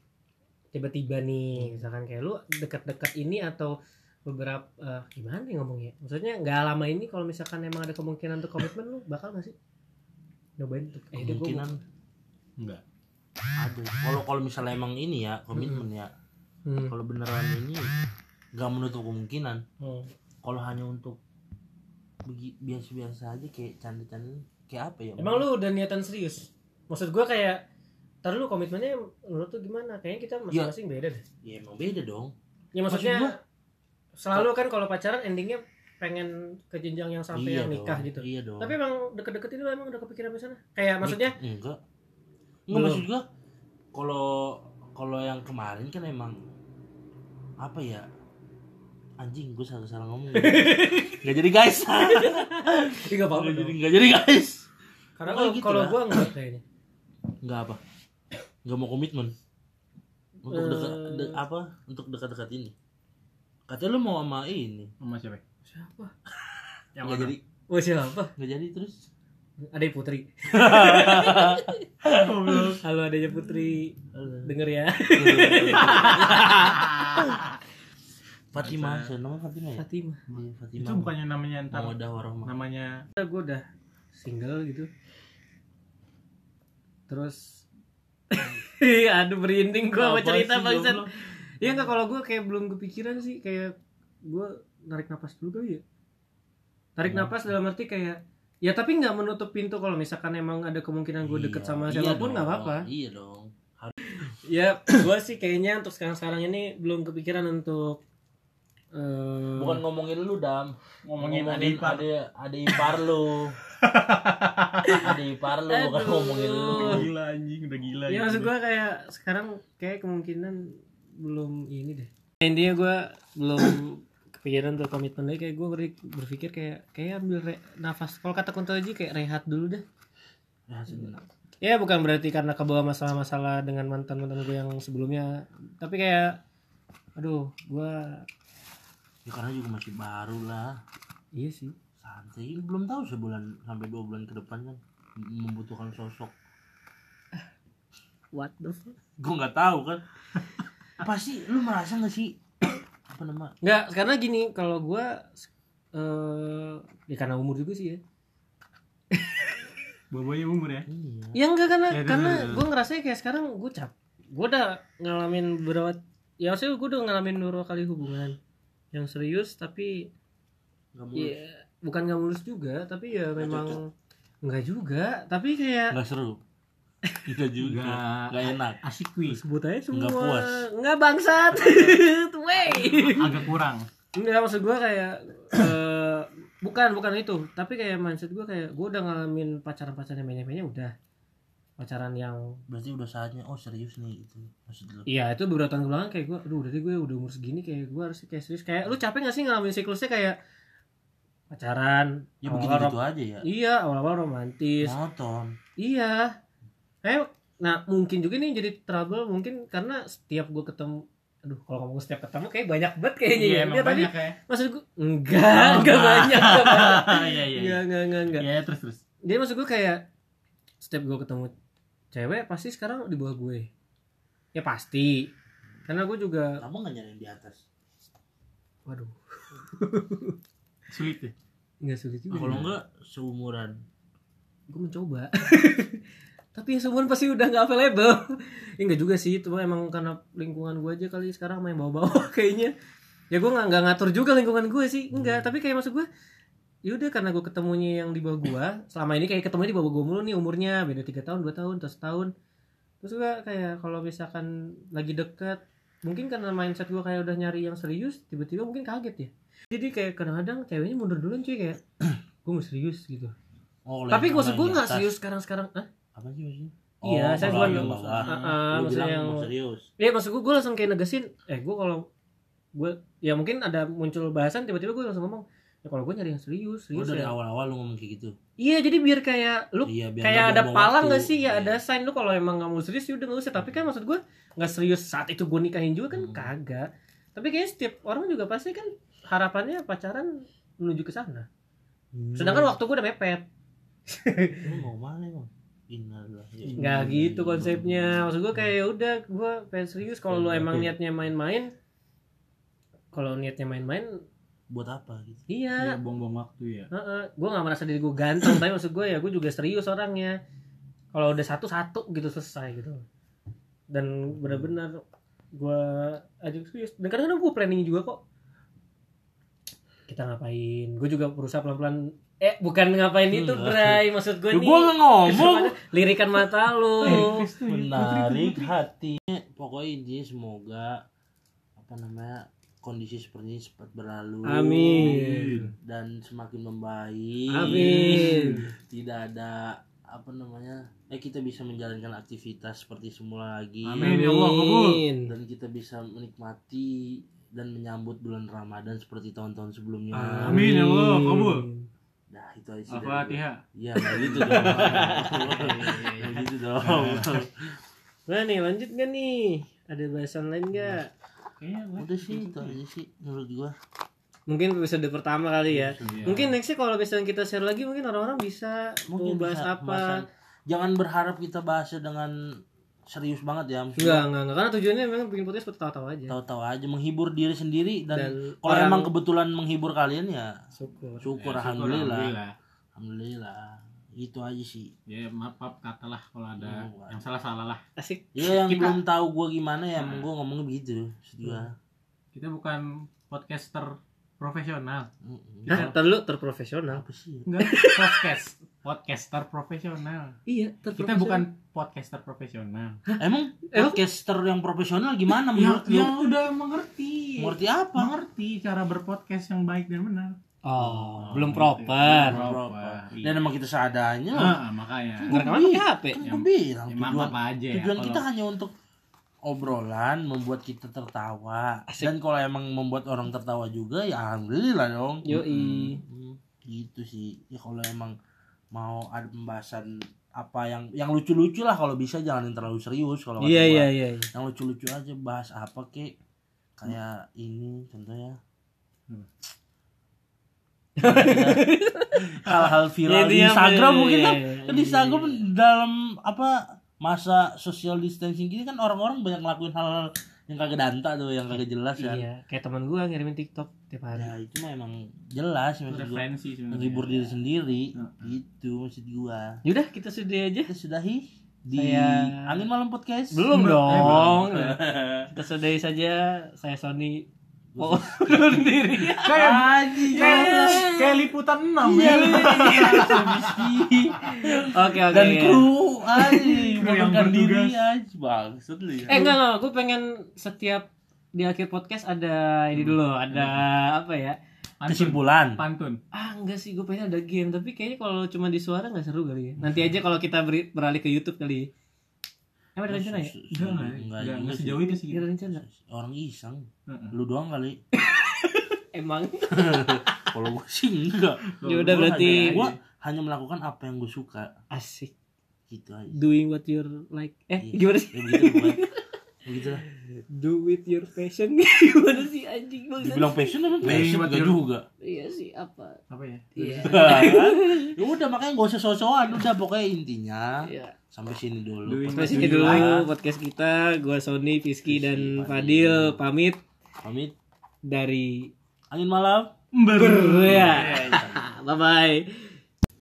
tiba-tiba nih misalkan kayak lu dekat-dekat ini atau beberapa eh, gimana nih ngomongnya maksudnya nggak lama ini kalau misalkan emang ada kemungkinan untuk komitmen lu bakal nggak sih nyobain untuk eh, udah, gua kemungkinan Enggak. ada kalau kalau misalnya emang ini ya komitmen ya mau- Hmm. kalau beneran ini nggak menutup kemungkinan Hmm. kalau hanya untuk begi- biasa-biasa aja kayak candi-candi kayak apa ya emang lu udah niatan serius maksud gua kayak ntar lu komitmennya menurut lu gimana kayaknya kita masing-masing beda deh ya emang beda dong ya maksudnya Maksud gua- selalu kan kalau pacaran endingnya pengen ke jenjang yang sampai yang dong, nikah gitu iya dong tapi emang deket-deket ini lu emang udah kepikiran ke sana kayak maksudnya Nik- enggak enggak Belum. maksud gua kalau kalau yang kemarin kan emang apa ya anjing gua salah salah <laughs> ngomong nggak jadi guys tiga nggak jadi nggak jadi guys karena Pokoknya kalau gitu kalau lah. <clears throat> gua enggak kayaknya nggak apa nggak mau komitmen untuk Eh. dekat de- apa untuk dekat-dekat ini katanya lu mau sama ini Sama siapa? siapa Yang nggak jadi oh siapa nggak jadi <laughs> terus ada <laughs> Putri halo adanya Putri denger ya Fatimah saya nama Fatimah ya Fatima Iya, Fatimah <laughs> Itu bukannya namanya entar Muawadah warahmah namanya gue udah single gitu terus <laughs> aduh merinding gue sama Apa cerita sih, bangsat goblok? ya nggak kalau gue kayak belum kepikiran sih kayak gue narik napas dulu kali ya tarik Hmm. napas dalam arti kayak ya tapi nggak menutup pintu kalau misalkan emang ada kemungkinan gue deket Iya, sama iya siapapun dong, nggak apa-apa iya dong ya gue sih kayaknya untuk sekarang sekarang ini belum kepikiran untuk eh, bukan ngomongin lu dam ngomongin adik ipar. ada ada ipar <laughs> lu ada ipar lu bukan Aduh. ngomongin lu Udah gila anjing, udah gila. gitu. Ya anjing. maksud gue kayak sekarang kayak kemungkinan belum ini deh. Intinya gue belum kepikiran untuk komitmen deh. Kayak gue berpikir kayak kayak ambil re- nafas. Kalau kata Kunto Aji kayak rehat dulu deh. Nah, sebentar. Ya bukan berarti karena kebawa masalah-masalah dengan mantan-mantan gue yang sebelumnya. Tapi kayak aduh gue ya karena juga masih baru lah iya sih. santai Ini belum tahu sebulan sampai dua bulan ke depan kan m- membutuhkan sosok What the fuck? gue nggak tahu kan pasti lu merasa nggak sih apa nama Nggak, karena gini kalau gue eh ya karena umur juga sih ya. Bobonya umur ya. iya Ya enggak karena Ya, itu karena juga. gue ngerasanya kayak sekarang gue cap. Gue udah ngalamin beberapa ya maksudnya gue udah ngalamin beberapa kali hubungan yang serius tapi nggak mau ya bukan nggak mulus juga tapi ya cocok. memang nggak juga tapi kayak nggak seru nggak juga Enggak nggak enak asik kuy. sebut aja semua Nggak puas. nggak bangsat <laughs> wey Agak kurang. nggak maksud gue kayak eh, bukan bukan itu tapi kayak mindset gue kayak gue udah ngalamin pacaran pacaran yang banyak-banyak udah pacaran yang berarti udah saatnya oh serius nih gitu maksud lu Iya itu beberapa tahun kebelakang kayak gue, aduh udah deh gue udah umur segini kayak gue harus kayak serius kayak lu capek gak sih ngalamin siklusnya kayak pacaran, ya awal-awal begitu gitu aja ya rom- iya awal-awal romantis, <laughs> monoton iya, eh nah mungkin juga nih jadi trouble mungkin karena setiap gue ketemu aduh kalau ngomong setiap ketemu kayak banyak banget kayaknya ya. Iya, emang Enggak, tapi banyak ya. maksud gue enggak, Oh, enggak enggak. banyak, <laughs> enggak banyak. Iya, iya. Enggak, enggak, enggak, enggak. Iya, terus terus. Jadi maksud gue kayak setiap gue ketemu cewek pasti sekarang di bawah gue. Ya pasti. Karena gue juga Iya. kamu nggak nyari yang di atas Waduh, Sulit ya. nggak sulit juga. kalau enggak seumuran Gue mencoba. <laughs> Tapi yang seumuran pasti udah nggak available. ya nggak juga sih, cuma emang karena lingkungan gue aja kali sekarang main bawa-bawa <laughs> kayaknya. Ya gue nggak nggak ngatur juga lingkungan gue sih, enggak. Tapi kayak maksud gue, yaudah karena gue ketemunya yang di bawah gue, selama ini kayak ketemunya di bawah gue mulu nih umurnya beda tiga tahun, dua tahun, terus tahun. Terus gue kayak kalau misalkan lagi deket, mungkin karena mindset gue kayak udah nyari yang serius, tiba-tiba mungkin kaget ya. Jadi kayak kadang-kadang ceweknya mundur duluan cuy kayak <clears throat> gue mau serius gitu. oh, kalau Tapi yang- gue maksud kalau gue yang di nggak atas. serius sekarang sekarang. Hah? apa sih maksudnya Oh, Iya, saya kalau ya, gua yang nggak- bawah. Ah, ah, Lu maksudnya bilang yang- mau serius Iya maksud gue gue langsung kayak negasin. Eh gue kalau gue ya mungkin ada muncul bahasan tiba-tiba gue langsung ngomong ya kalau gue nyari yang serius lu serius dari ya. awal-awal lu ngomong kayak gitu Iya jadi biar kayak lu iya, biar kayak nggak ada buang-buang palang waktu. gak sih ya Iya. ada sign lu kalau emang nggak mau serius ya udah nggak usah. Tapi kan maksud gue nggak serius saat itu gue nikahin juga kan Hmm. kagak. Tapi kayaknya setiap orang juga pasti kan harapannya pacaran menuju ke sana. Hmm. Sedangkan waktu gue udah mepet. lu mau mana emang Innalillahi. nggak gitu konsepnya maksud gue kayak ya udah gue pengen serius kalau lu emang niatnya main-main kalau niatnya main-main buat apa gitu Iya, iya buang-buang waktu ya. gue nggak merasa diri gue ganteng tapi maksud gue ya gue juga serius orangnya kalau udah satu satu gitu selesai gitu dan benar-benar gue ajak serius dan kadang-kadang gue planning juga kok kita ngapain gue juga berusaha pelan-pelan eh bukan ngapain itu Enggak. Bray maksud gue ya, nih gue nggak ngomong <laughs> lirikan mata <laughs> lu menarik hatinya pokoknya dia semoga apa namanya kondisi seperti ini cepat berlalu Amin. dan semakin membaik Iya. amin tidak ada apa namanya eh kita bisa menjalankan aktivitas seperti semula lagi Amin, ya Allah, kabul. Iya. dan kita bisa menikmati dan menyambut bulan Ramadan seperti tahun-tahun sebelumnya Amin, ya Allah, kabul. nah itu aja sih dari gue. Al-Fatihah. Iya, kayak gitu dong. Kayak gitu dong. Nah nih lanjut gak nih? Ada bahasan lain gak? Kayaknya gua- Udah sih itu aja sih menurut gua. Mungkin episode pertama kali ya. Iya. Mungkin nextnya kalau misalnya kita share lagi mungkin orang-orang bisa Mungkin mau bahas bisa apa. pembahasan. Jangan berharap kita bahasnya dengan serius banget ya. Maksudnya Enggak, enggak, enggak. Karena tujuannya memang bikin podcast buat tahu-tahu aja. tahu-tahu aja menghibur diri sendiri Iya. Dan, dan, kalau orang emang kebetulan menghibur kalian ya syukur. syukur, Ya, alhamdulillah. Alhamdulillah. Itu aja sih. Ya maaf, maaf katalah kalau ada Iya. yang salah-salah lah. Asik. Ya yang Kita- belum tahu gua gimana ya, Nah. gua ngomongnya begitu. Maksud gua. Kita bukan podcaster profesional. Mm-mm. Kita- Hah, terlu terprofesional. Apa sih? Enggak, <laughs> podcast. Podcaster profesional. Iya, Kita bukan podcaster profesional. Emang Emang- podcaster yang profesional gimana Yang, menurut lu? yang udah mengerti. Mengerti apa? Mengerti cara berpodcast yang baik dan benar. Oh, belum proper. Belum Iya. Proper. Dan emang kita seadanya. lah. Ah, makanya. Ngerekaman pakai HP. Kan Yang- gue bilang Ya, maaf tujuan, apa aja ya. tujuan kalau- kita hanya untuk obrolan membuat kita tertawa. Asik. Dan kalau emang membuat orang tertawa juga ya alhamdulillah dong. Yoi. Mm, Gitu sih. Ya kalau emang mau ada pembahasan apa yang yang lucu-lucu lah kalau bisa jangan yang terlalu serius kalau kata Iya, gua. iya, iya. iya. Yang lucu-lucu aja bahas apa kek kayak ini contohnya Hmm. <laughs> hal-hal viral di Iya, iya, Instagram iya, mungkin iya, kan iya, kan di iya, Instagram iya. dalam apa masa social distancing gini kan orang-orang banyak ngelakuin hal-hal yang kagak danta tuh yang kagak jelas ya. Iya, kayak teman gua ngirimin TikTok tiap hari. Ya itu mah emang jelas Itu maksud gua. referensi sebenarnya. Menghibur kan? ya. diri sendiri Heeh. gitu maksud gua. Yaudah, kita sudah <laughs> aja. Kita sudahi di Saya- angin malam podcast. Belum Eh, dong. Iya. belum. Kita sudahi saja. Saya Sony. Oh, <laughs> sendiri. Kayak Iya. kayak liputan ya. 6 Iya, <laughs> Rizky. Oke, oke. Dan iya. kru anjing Kru yang menurunkan diri bertugas. anjing bangsat lu ya. Eh enggak enggak, gue pengen setiap di akhir podcast ada ini dulu, ada apa ya? Kesimpulan. pantun. Ah enggak sih, gue pengen ada game, tapi kayaknya kalau cuma di suara nggak seru kali ya. Nanti aja kalau kita beri- beralih ke YouTube kali. ya. Emang ada rencana ya? Enggak, Enggak, enggak, juga enggak sih. sejauh itu sih. Nggak Ada rencana. Orang iseng. Heeh. Lu doang kali. Emang Kalau gue sih enggak. Ya udah, Gua berarti- hanya- gua hanya melakukan apa yang gue suka asik gitu aja. doing what you like. Eh, Iya. gimana sih? Ya begitu pokoknya. Begitu lah. Do with your passion. <laughs> gimana sih anjing Bang? Dibilang passion emang Iya, passion buat enggak diri. juga. Iya sih apa? Apa ya? Iya. ya udah makanya gak usah sosokan udah pokoknya intinya Iya. sampai sini dulu. Doing Sampai sini what you like. dulu podcast kita. Gua Sony, Fiski dan Fadil pamit Pamit. dari Angin malam. Iya, <laughs> Ber. Bye bye.